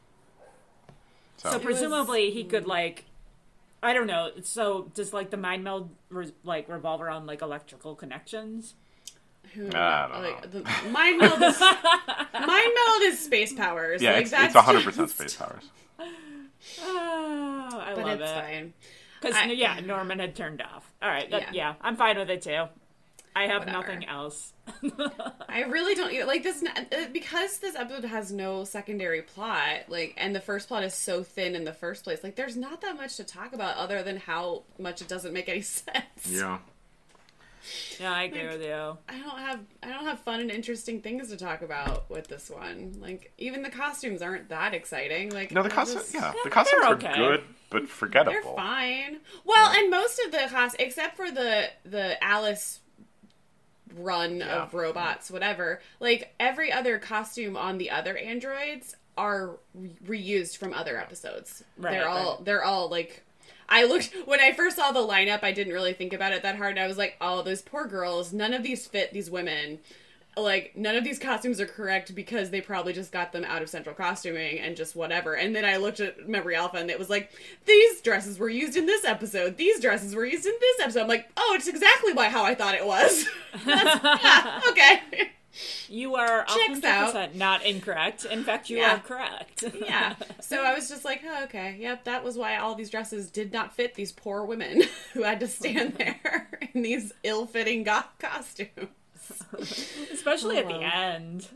[SPEAKER 3] So,
[SPEAKER 2] So presumably he could like, I don't know. So does like the mind meld re- like revolve around like electrical connections?
[SPEAKER 1] Who,
[SPEAKER 3] I don't
[SPEAKER 1] like, The, mind meld is mind meld is space powers.
[SPEAKER 3] yeah,
[SPEAKER 1] like,
[SPEAKER 3] it's,
[SPEAKER 1] that's
[SPEAKER 3] it's 100 percent
[SPEAKER 1] just-
[SPEAKER 3] space powers.
[SPEAKER 2] Oh, I
[SPEAKER 1] But
[SPEAKER 2] love
[SPEAKER 1] it's
[SPEAKER 2] it
[SPEAKER 1] fine.
[SPEAKER 2] because
[SPEAKER 1] I-
[SPEAKER 2] yeah, Norman had turned off. All right, that,
[SPEAKER 1] Yeah.
[SPEAKER 2] yeah. I'm fine with it too. I have
[SPEAKER 1] Whatever.
[SPEAKER 2] nothing else.
[SPEAKER 1] I really don't either. like this uh, because this episode has no secondary plot. Like, and the first plot is so thin in the first place. Like, there's not that much to talk about other than how much it doesn't make any sense.
[SPEAKER 3] Yeah.
[SPEAKER 2] Yeah, I agree with you.
[SPEAKER 1] I don't have I don't have fun and interesting things to talk about with this one. Like, even the costumes aren't that exciting. Like,
[SPEAKER 3] No, the
[SPEAKER 1] I
[SPEAKER 3] costumes.
[SPEAKER 1] just-
[SPEAKER 3] Yeah, the costumes
[SPEAKER 2] they're
[SPEAKER 3] are
[SPEAKER 2] okay.
[SPEAKER 3] good but
[SPEAKER 1] They're
[SPEAKER 3] forgettable.
[SPEAKER 1] fine. Well, and most of the cost, except for the the Alice run
[SPEAKER 3] Yeah.
[SPEAKER 1] of robots, whatever. Like every other costume on the other androids are re- reused from other episodes.
[SPEAKER 2] Right,
[SPEAKER 1] they're all they're all like. I looked when I first saw the lineup. I didn't really think about it that hard. I was like, "Oh, those poor girls. None of these fit these women." like none of these costumes are correct because they probably just got them out of central costuming and just whatever. And then I looked at Memory Alpha and it was like, these dresses were used in this episode. These dresses were used in this episode. I'm like, oh, it's exactly why how I thought it was. That's- yeah, okay.
[SPEAKER 2] You are
[SPEAKER 1] Checks
[SPEAKER 2] 100%
[SPEAKER 1] out.
[SPEAKER 2] not incorrect. In fact, you
[SPEAKER 1] Yeah.
[SPEAKER 2] are correct.
[SPEAKER 1] yeah. So I was just like, oh, okay, yep, that was why all these dresses did not fit these poor women who had to stand there in these ill-fitting goth costumes.
[SPEAKER 2] Especially
[SPEAKER 1] Oh,
[SPEAKER 2] at the end.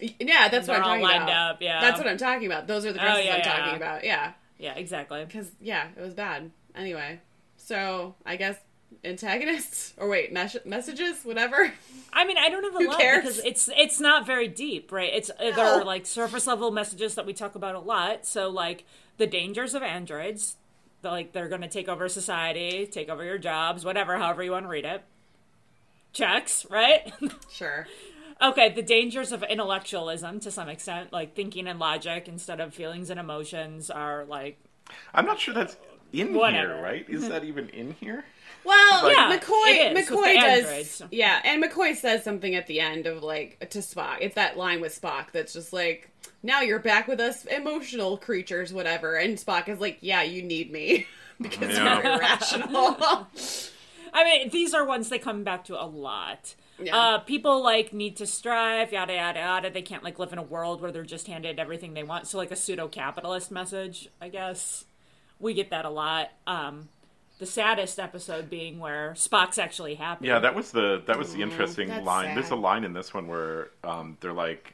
[SPEAKER 1] Yeah, that's
[SPEAKER 2] They're
[SPEAKER 1] what
[SPEAKER 2] all
[SPEAKER 1] I'm talking
[SPEAKER 2] lined
[SPEAKER 1] about.
[SPEAKER 2] up, yeah.
[SPEAKER 1] That's what I'm talking about. Those are the dresses
[SPEAKER 2] yeah,
[SPEAKER 1] I'm
[SPEAKER 2] yeah.
[SPEAKER 1] talking about. Oh, Yeah.
[SPEAKER 2] Yeah, exactly.
[SPEAKER 1] Because, yeah, it was bad. Anyway, so I guess antagonists, or wait, mes- messages, whatever.
[SPEAKER 2] I mean, I don't have a lot
[SPEAKER 1] cares?
[SPEAKER 2] because it's it's not very deep, right? It's uh there
[SPEAKER 1] No.
[SPEAKER 2] are like surface level messages that we talk about a lot. So like the dangers of androids, the, like they're going to take over society, take over your jobs, whatever, however you want to read it. Checks, right?
[SPEAKER 1] Sure.
[SPEAKER 2] okay, the dangers of intellectualism to some extent, like thinking and logic instead of feelings and emotions are like
[SPEAKER 3] I'm not sure that's in
[SPEAKER 2] Whatever.
[SPEAKER 3] here, right? Is that even in here?
[SPEAKER 1] Well,
[SPEAKER 3] But-
[SPEAKER 2] Yeah,
[SPEAKER 1] McCoy,
[SPEAKER 2] it is, with
[SPEAKER 1] McCoy
[SPEAKER 2] the
[SPEAKER 1] does,
[SPEAKER 2] androids.
[SPEAKER 1] yeah, and McCoy says something at the end of like to Spock. It's that line with Spock that's just like, "Now you're back with us, emotional creatures, whatever." And Spock is like, "Yeah, you need me because you're
[SPEAKER 3] Yeah.
[SPEAKER 1] irrational."
[SPEAKER 2] I mean, these are ones they come back to a lot.
[SPEAKER 1] Yeah.
[SPEAKER 2] Uh, people like need to strive, yada yada yada. They can't like live in a world where they're just handed everything they want. So like a pseudo capitalist message, I guess. We get that a lot. Um, the saddest episode being where Spock's actually happy.
[SPEAKER 3] Yeah, that was the that was the
[SPEAKER 2] Mm,
[SPEAKER 3] interesting
[SPEAKER 1] that's
[SPEAKER 3] line. There's a
[SPEAKER 1] sad.
[SPEAKER 3] line in this one where um, they're like,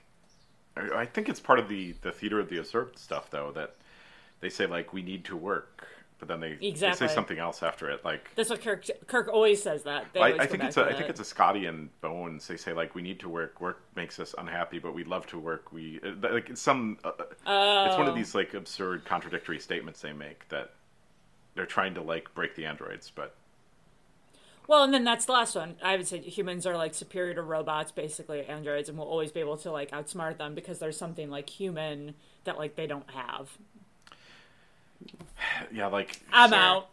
[SPEAKER 3] I I think it's part of the the theater of the absurd stuff though that they say like we need to work, but then they,
[SPEAKER 2] Exactly.
[SPEAKER 3] they say something else after it like.
[SPEAKER 2] That's what Kirk Kirk always says that. They
[SPEAKER 3] I,
[SPEAKER 2] always
[SPEAKER 3] I
[SPEAKER 2] go
[SPEAKER 3] think
[SPEAKER 2] back
[SPEAKER 3] it's
[SPEAKER 2] to
[SPEAKER 3] a, I
[SPEAKER 2] that.
[SPEAKER 3] think it's a Scotty and Bones. They say like we need to work. Work makes us unhappy, but we love to work. We uh, like it's some. Uh, It's
[SPEAKER 2] Oh.
[SPEAKER 3] one of these like absurd, contradictory statements they make that they're trying to like break the androids, but
[SPEAKER 2] Well, and then that's the last one. I would say humans are like superior to robots, basically androids, and we'll always be able to like outsmart them because there's something like human that like they don't have.
[SPEAKER 3] yeah, like
[SPEAKER 2] I'm
[SPEAKER 1] Sure.
[SPEAKER 2] out.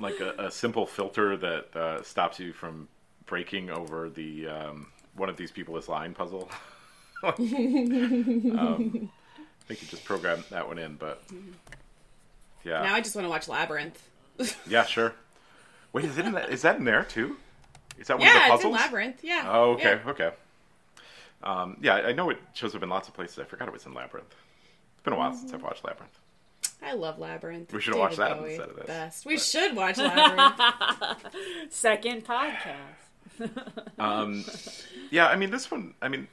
[SPEAKER 3] like a, a simple filter that uh, stops you from breaking over the um, one of these people is lying puzzle. Like, um, they could just program that one in, but yeah,
[SPEAKER 1] now I just want to watch Labyrinth.
[SPEAKER 3] yeah, sure. Wait, is it in that? Is that in there too? Is that one of
[SPEAKER 1] yeah,
[SPEAKER 3] Oh, the
[SPEAKER 1] it's in
[SPEAKER 3] puzzles?
[SPEAKER 1] Labyrinth. Yeah.
[SPEAKER 3] Oh, okay,
[SPEAKER 1] Yeah.
[SPEAKER 3] okay. Um, yeah, I know it shows up in lots of places. I forgot it was in Labyrinth. It's been a while since I've
[SPEAKER 1] Mm-hmm.
[SPEAKER 3] watched Labyrinth.
[SPEAKER 1] I love Labyrinth.
[SPEAKER 3] We should
[SPEAKER 1] David
[SPEAKER 3] watch that
[SPEAKER 1] Bowie,
[SPEAKER 3] instead of this.
[SPEAKER 1] Best. We should watch Labyrinth.
[SPEAKER 2] Second podcast.
[SPEAKER 3] Um, yeah, I mean, this one, I mean,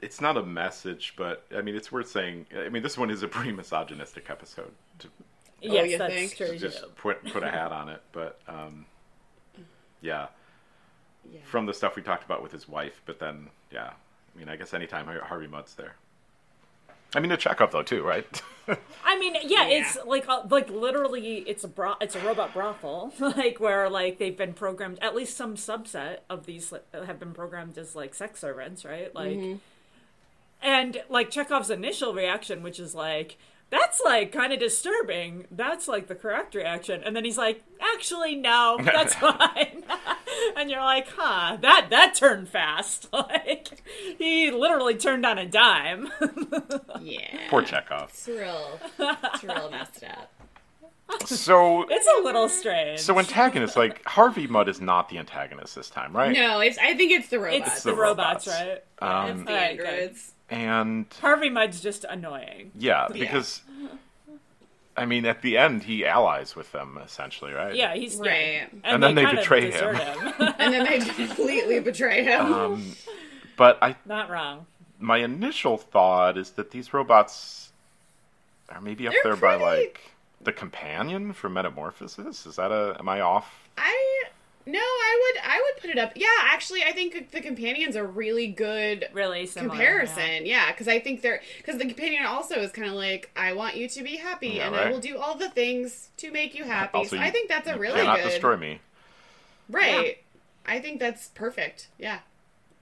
[SPEAKER 3] it's not a message, but I mean, it's worth saying. I mean, this one is a pretty misogynistic episode to
[SPEAKER 2] yes,
[SPEAKER 1] Oh, you
[SPEAKER 2] that's
[SPEAKER 1] think?
[SPEAKER 2] true.
[SPEAKER 3] just
[SPEAKER 2] too.
[SPEAKER 3] put put a hat on it. But um, yeah,
[SPEAKER 1] Yeah.
[SPEAKER 3] from the stuff we talked about with his wife, but then yeah, I mean, I guess anytime Har- Harvey Mudd's there. I mean, a checkup though too, right?
[SPEAKER 2] I mean, yeah,
[SPEAKER 1] Yeah.
[SPEAKER 2] it's like uh, like literally, it's a bro- it's a robot brothel, like where like they've been programmed. At least some subset of these like, have been programmed as like sex servants, right? Like, and like Chekhov's initial reaction, which is like. That's like kind of disturbing. That's like the correct reaction, and then he's like, "Actually, no, that's fine." and you're like, "Huh, that that turned fast. Like, he literally turned on a dime."
[SPEAKER 1] yeah.
[SPEAKER 3] Poor Chekhov.
[SPEAKER 1] It's real. It's real messed up.
[SPEAKER 3] So
[SPEAKER 2] it's a little strange.
[SPEAKER 3] so antagonist like Harvey Mudd is not the antagonist this time, right?
[SPEAKER 1] No, it's. I think it's the robots.
[SPEAKER 2] It's the,
[SPEAKER 3] the
[SPEAKER 2] robots,
[SPEAKER 3] robots. Um,
[SPEAKER 2] right?
[SPEAKER 1] It's the
[SPEAKER 2] Alright, good.
[SPEAKER 1] androids.
[SPEAKER 3] And
[SPEAKER 2] Harvey Mudd's just annoying.
[SPEAKER 3] yeah, because I mean, at the end, he allies with them essentially, right?
[SPEAKER 2] Yeah, he's good.
[SPEAKER 1] Right.
[SPEAKER 3] And then they
[SPEAKER 2] kind of
[SPEAKER 3] betray
[SPEAKER 2] desert
[SPEAKER 3] him.
[SPEAKER 1] and then they completely betray him.
[SPEAKER 3] Um, But I
[SPEAKER 2] Not wrong.
[SPEAKER 3] my initial thought is that these robots are maybe up
[SPEAKER 1] They're
[SPEAKER 3] there by
[SPEAKER 1] pretty-
[SPEAKER 3] like the companion for metamorphosis. Is that a? Am I off?
[SPEAKER 1] I no, I would I would put it up. Yeah, actually, I think the companion's a really good
[SPEAKER 2] Really similar. yeah.
[SPEAKER 1] comparison. Yeah, because I think they're because the companion also is kind of like I want you to be happy
[SPEAKER 3] Yeah,
[SPEAKER 1] and I
[SPEAKER 3] right.
[SPEAKER 1] will do all the things to make you happy.
[SPEAKER 3] Also,
[SPEAKER 1] so
[SPEAKER 3] you-
[SPEAKER 1] I think that's a
[SPEAKER 3] you
[SPEAKER 1] really
[SPEAKER 3] cannot
[SPEAKER 1] good
[SPEAKER 3] destroy me.
[SPEAKER 1] right. I think that's perfect. Yeah.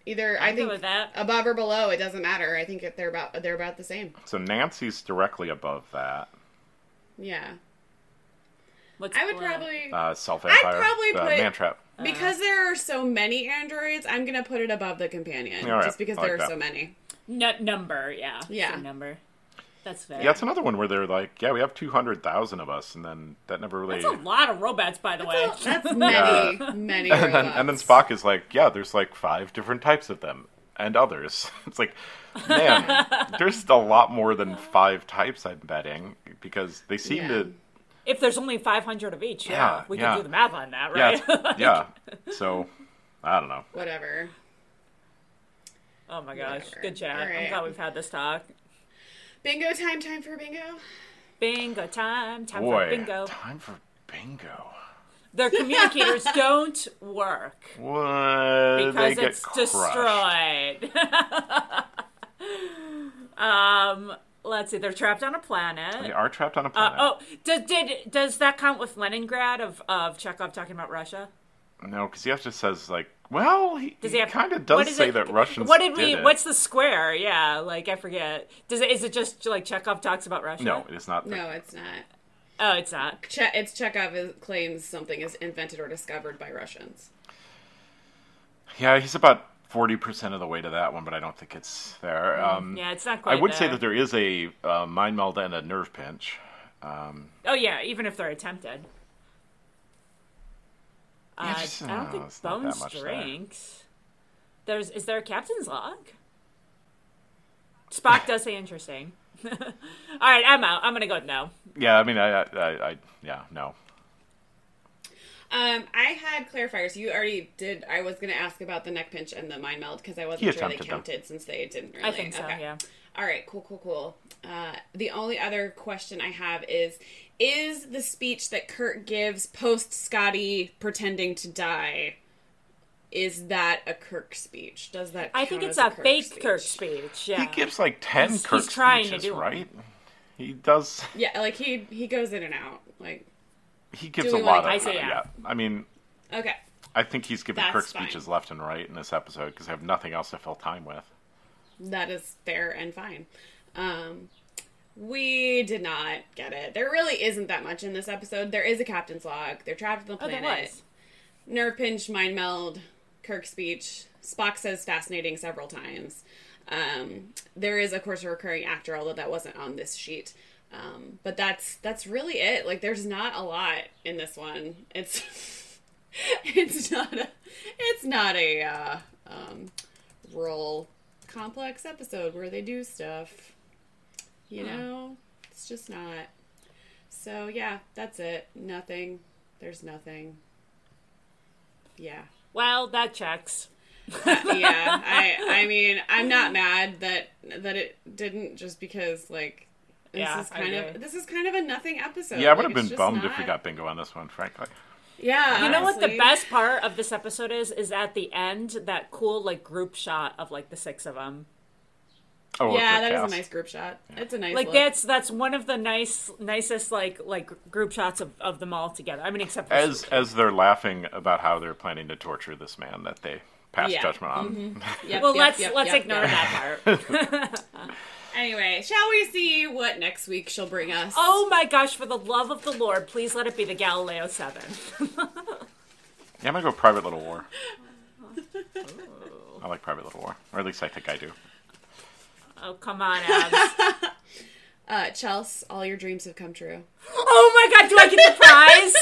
[SPEAKER 1] Either i
[SPEAKER 2] I'm good
[SPEAKER 1] think
[SPEAKER 2] with that.
[SPEAKER 1] above or below, it doesn't matter. I think if they're about they're about the same.
[SPEAKER 3] So Nancy's directly above that.
[SPEAKER 1] Yeah.
[SPEAKER 2] What's
[SPEAKER 1] I would
[SPEAKER 2] what?
[SPEAKER 1] probably
[SPEAKER 3] Uh, Self Empire.
[SPEAKER 1] probably
[SPEAKER 3] uh,
[SPEAKER 1] put-
[SPEAKER 3] Man Trap.
[SPEAKER 1] because there are so many androids. I'm gonna put it above the companion
[SPEAKER 3] All right,
[SPEAKER 1] just because
[SPEAKER 3] I like
[SPEAKER 1] there are
[SPEAKER 3] that.
[SPEAKER 1] so many.
[SPEAKER 2] Nut number, yeah.
[SPEAKER 1] Yeah.
[SPEAKER 2] Same number. That's fair.
[SPEAKER 3] Yeah, it's another one where they're like, yeah, we have 200,000 of us, and then that never really.
[SPEAKER 2] That's a lot of robots, by the way.
[SPEAKER 1] Well, that's many, many.
[SPEAKER 3] and, then, and then
[SPEAKER 1] robots.
[SPEAKER 3] Spock is like, yeah, there's like five different types of them and others. It's like, man, there's a lot more than five types, I'm betting, because they seem
[SPEAKER 1] Yeah.
[SPEAKER 3] to.
[SPEAKER 2] if there's only 500 of each, yeah,
[SPEAKER 3] Yeah,
[SPEAKER 2] we
[SPEAKER 3] yeah.
[SPEAKER 2] can do the math on that,
[SPEAKER 3] Yeah,
[SPEAKER 2] right?
[SPEAKER 3] it's- yeah. So, I don't know.
[SPEAKER 1] Whatever.
[SPEAKER 2] oh my gosh,
[SPEAKER 1] Whatever.
[SPEAKER 2] good chat.
[SPEAKER 1] All
[SPEAKER 2] I'm
[SPEAKER 1] right.
[SPEAKER 2] glad we've had this talk.
[SPEAKER 1] Bingo time! Time for bingo.
[SPEAKER 2] Bingo time, time
[SPEAKER 3] Boy,
[SPEAKER 2] for bingo.
[SPEAKER 3] time for bingo.
[SPEAKER 2] Their communicators don't work
[SPEAKER 3] What? they
[SPEAKER 2] because
[SPEAKER 3] get
[SPEAKER 2] it's
[SPEAKER 3] crushed.
[SPEAKER 2] destroyed. um, let's see. They're trapped on a planet.
[SPEAKER 3] They are trapped on a
[SPEAKER 2] Uh,
[SPEAKER 3] planet.
[SPEAKER 2] oh, does did does that count with Leningrad of of Chekhov talking about Russia?
[SPEAKER 3] No, because he actually says like, well, he,
[SPEAKER 2] Does he have
[SPEAKER 3] kind of
[SPEAKER 2] what
[SPEAKER 3] does
[SPEAKER 2] is
[SPEAKER 3] say
[SPEAKER 2] it-
[SPEAKER 3] that Russians.
[SPEAKER 2] What did we?
[SPEAKER 3] it.
[SPEAKER 2] What's the square? Yeah, like I forget. Does it? Is it just like Chekhov talks about Russia?
[SPEAKER 3] No, it is not.
[SPEAKER 1] No, it's not.
[SPEAKER 2] Oh, it's not.
[SPEAKER 1] Che- it's Chekhov is- claims something is invented or discovered by Russians.
[SPEAKER 3] Yeah, he's about forty percent of the way to that one, but I don't think it's there.
[SPEAKER 2] Mm.
[SPEAKER 3] Um,
[SPEAKER 2] Yeah, it's not
[SPEAKER 3] I
[SPEAKER 2] quite.
[SPEAKER 3] would say
[SPEAKER 2] there.
[SPEAKER 3] that there is a uh, mind meld and a nerve pinch.
[SPEAKER 2] Oh yeah, even if they're attempted. Uh,
[SPEAKER 3] just,
[SPEAKER 2] I don't
[SPEAKER 3] uh,
[SPEAKER 2] think
[SPEAKER 3] it's not that
[SPEAKER 2] Bones
[SPEAKER 3] much there.
[SPEAKER 2] drinks. There's is there a captain's log? Spock does say interesting. All right, I'm out. I'm gonna go with no.
[SPEAKER 3] Yeah, I mean, I, I, I, I yeah, no.
[SPEAKER 1] Um, I had clarifiers. You already did. I was going to ask about the neck pinch and the mind meld because I
[SPEAKER 3] He
[SPEAKER 1] wasn't sure they
[SPEAKER 3] attempted them.
[SPEAKER 1] counted since they didn't really.
[SPEAKER 2] I think so.
[SPEAKER 1] Okay.
[SPEAKER 2] Yeah.
[SPEAKER 1] All right. Cool. Cool. Cool. Uh, the only other question I have is: Is the speech that Kurt gives post Scotty pretending to die? Is that a Kirk speech? Does that?
[SPEAKER 2] I
[SPEAKER 1] count
[SPEAKER 2] think it's
[SPEAKER 1] as
[SPEAKER 2] a,
[SPEAKER 1] a Kirk
[SPEAKER 2] fake
[SPEAKER 1] speech?
[SPEAKER 2] Kirk speech. Yeah.
[SPEAKER 3] He gives like ten
[SPEAKER 2] He's-
[SPEAKER 3] Kirk
[SPEAKER 2] he's trying to
[SPEAKER 3] speeches,
[SPEAKER 2] do one.
[SPEAKER 3] right? He does.
[SPEAKER 1] Yeah, like he he goes in and out. Like
[SPEAKER 3] He gives
[SPEAKER 1] Do
[SPEAKER 3] a
[SPEAKER 1] we
[SPEAKER 3] lot of.
[SPEAKER 1] wanna-
[SPEAKER 2] I say
[SPEAKER 3] yeah.
[SPEAKER 2] yeah.
[SPEAKER 3] I mean,
[SPEAKER 1] okay,
[SPEAKER 3] I think he's giving
[SPEAKER 1] That's
[SPEAKER 3] Kirk
[SPEAKER 1] fine.
[SPEAKER 3] speeches left and right in this episode because I have nothing else to fill time with.
[SPEAKER 1] that is fair and fine. Um, we did not get it. There really isn't that much in this episode. There is a captain's log. They're trapped on the
[SPEAKER 2] Oh, there
[SPEAKER 1] planet.
[SPEAKER 2] was.
[SPEAKER 1] Nerve pinch, mind meld, Kirk speech. Spock says fascinating several times. Um, there is, of course, a recurring actor, although that wasn't on this sheet. Um, but that's that's really it. Like, there's not a lot in this one. It's it's not a it's not a uh, um, role complex episode where they do stuff. You know, it's just not. So yeah, that's it. Nothing. There's nothing. Yeah.
[SPEAKER 2] Well, that checks.
[SPEAKER 1] yeah. I I mean, I'm not mad that that it didn't just because like this
[SPEAKER 2] Yeah,
[SPEAKER 1] is
[SPEAKER 2] I
[SPEAKER 1] kind
[SPEAKER 2] agree.
[SPEAKER 1] of this is kind of a nothing episode.
[SPEAKER 3] Yeah, I would
[SPEAKER 1] Like,
[SPEAKER 3] have
[SPEAKER 1] it's just
[SPEAKER 3] been bummed if we
[SPEAKER 1] not-
[SPEAKER 3] got bingo on this one, frankly.
[SPEAKER 1] Yeah.
[SPEAKER 2] You know what the
[SPEAKER 1] honestly.
[SPEAKER 2] best part of this episode is? Is at the end that cool like group shot of like the six of them.
[SPEAKER 3] Oh, well,
[SPEAKER 1] Yeah,
[SPEAKER 3] it's
[SPEAKER 1] that is a
[SPEAKER 3] cast.
[SPEAKER 1] nice group shot. It's a nice
[SPEAKER 2] Like
[SPEAKER 1] look.
[SPEAKER 2] that's that's one of the nice nicest like like group shots of, of them all together. I mean, except for
[SPEAKER 3] As as they're laughing about how they're planning to torture this man that they passed
[SPEAKER 1] Yeah. Mm-hmm.
[SPEAKER 3] judgment on.
[SPEAKER 1] Yep,
[SPEAKER 2] well,
[SPEAKER 1] yep,
[SPEAKER 2] let's
[SPEAKER 1] yep,
[SPEAKER 2] let's
[SPEAKER 1] yep,
[SPEAKER 2] ignore
[SPEAKER 1] yep.
[SPEAKER 2] that part.
[SPEAKER 1] Anyway, shall we see what next week she'll bring us?
[SPEAKER 2] oh my gosh! For the love of the Lord, please let it be the Galileo Seven.
[SPEAKER 3] Yeah, I'm gonna go Private Little War. I like Private Little War, or at least I think I do.
[SPEAKER 2] Oh come on, Abs.
[SPEAKER 1] Uh, Chels, all your dreams have come true.
[SPEAKER 2] oh my God! Do I get the prize?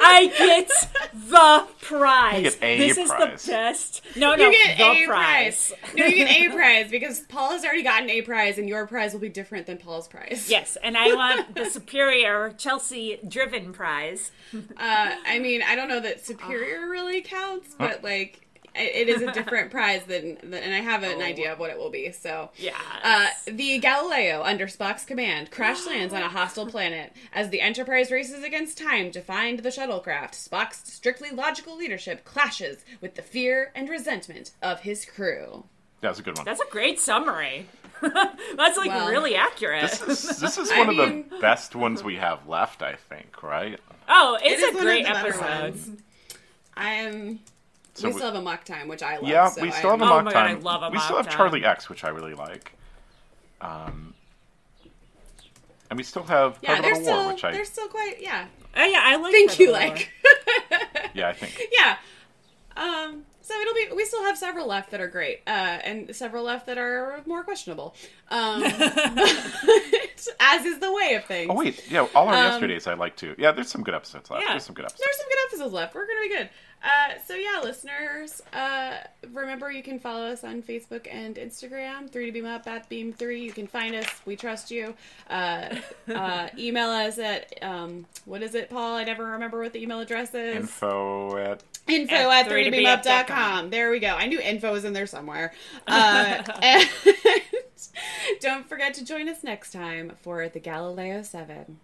[SPEAKER 2] I get the prize.
[SPEAKER 3] You get a
[SPEAKER 2] this is
[SPEAKER 3] prize.
[SPEAKER 2] the best. No,
[SPEAKER 1] You
[SPEAKER 2] no,
[SPEAKER 1] get
[SPEAKER 2] the
[SPEAKER 1] a
[SPEAKER 2] prize.
[SPEAKER 1] prize. No, you get a prize because Paul has already gotten a prize, and your prize will be different than Paul's prize.
[SPEAKER 2] Yes, and I want the superior Chelsea driven prize.
[SPEAKER 1] Uh, I mean, I don't know that superior really counts, but like, it it is a different prize than, than, and I have an idea of what it will be. So
[SPEAKER 2] Yeah.
[SPEAKER 1] Uh, the Galileo, under Spock's command, crash lands on a hostile planet. As the Enterprise races against time to find the shuttlecraft, Spock's strictly logical leadership clashes with the fear and resentment of his crew.
[SPEAKER 3] That was a good one.
[SPEAKER 2] That's a great summary. That's like
[SPEAKER 1] Well-
[SPEAKER 2] really accurate.
[SPEAKER 3] This is this is
[SPEAKER 1] I
[SPEAKER 3] one of
[SPEAKER 1] mean-
[SPEAKER 3] the best ones we have left, I think. Right?
[SPEAKER 2] oh, it's
[SPEAKER 1] It is
[SPEAKER 2] a
[SPEAKER 1] one of
[SPEAKER 2] great
[SPEAKER 1] the better
[SPEAKER 2] episode.
[SPEAKER 1] ones. I am.
[SPEAKER 3] So
[SPEAKER 1] we
[SPEAKER 3] we-
[SPEAKER 1] still have a mock time, which I love.
[SPEAKER 3] yeah,
[SPEAKER 1] so
[SPEAKER 3] we still have a
[SPEAKER 1] I'm-
[SPEAKER 2] Oh
[SPEAKER 3] mock
[SPEAKER 2] my God, I
[SPEAKER 3] time.
[SPEAKER 2] love a
[SPEAKER 3] we still
[SPEAKER 2] mock
[SPEAKER 3] have
[SPEAKER 2] time.
[SPEAKER 3] Charlie X, which I really like. Um, and we still have
[SPEAKER 1] Yeah,
[SPEAKER 3] Private
[SPEAKER 1] there's
[SPEAKER 3] Little War,
[SPEAKER 1] still
[SPEAKER 3] which I
[SPEAKER 1] there's still quite yeah.
[SPEAKER 2] Oh yeah, I like.
[SPEAKER 1] Thank
[SPEAKER 2] Trevor
[SPEAKER 1] you,
[SPEAKER 2] Noah.
[SPEAKER 1] like.
[SPEAKER 3] Yeah, I think.
[SPEAKER 1] yeah. Um, so it'll be. We still have several left that are great, uh, and several left that are more questionable. Um, but- as is the way of things.
[SPEAKER 3] Oh wait, yeah, all our yesterdays I like too. Yeah, there's some good episodes left.
[SPEAKER 2] Um, Yeah.
[SPEAKER 3] There's some good episodes.
[SPEAKER 1] There's some good episodes left. We're gonna be good. Uh, so yeah, listeners, uh, remember you can follow us on Facebook and Instagram, three to beam up at beam three. You can find us. We trust you. Uh, uh, email us at um, what is it, Paul? I never remember what the email address is.
[SPEAKER 3] Info at
[SPEAKER 1] info
[SPEAKER 2] At
[SPEAKER 1] at
[SPEAKER 2] 3
[SPEAKER 1] 3
[SPEAKER 2] to
[SPEAKER 1] to
[SPEAKER 2] beam up dot
[SPEAKER 1] com. There we go. I knew info was in there somewhere. Uh, and don't forget to join us next time for the Galileo 7.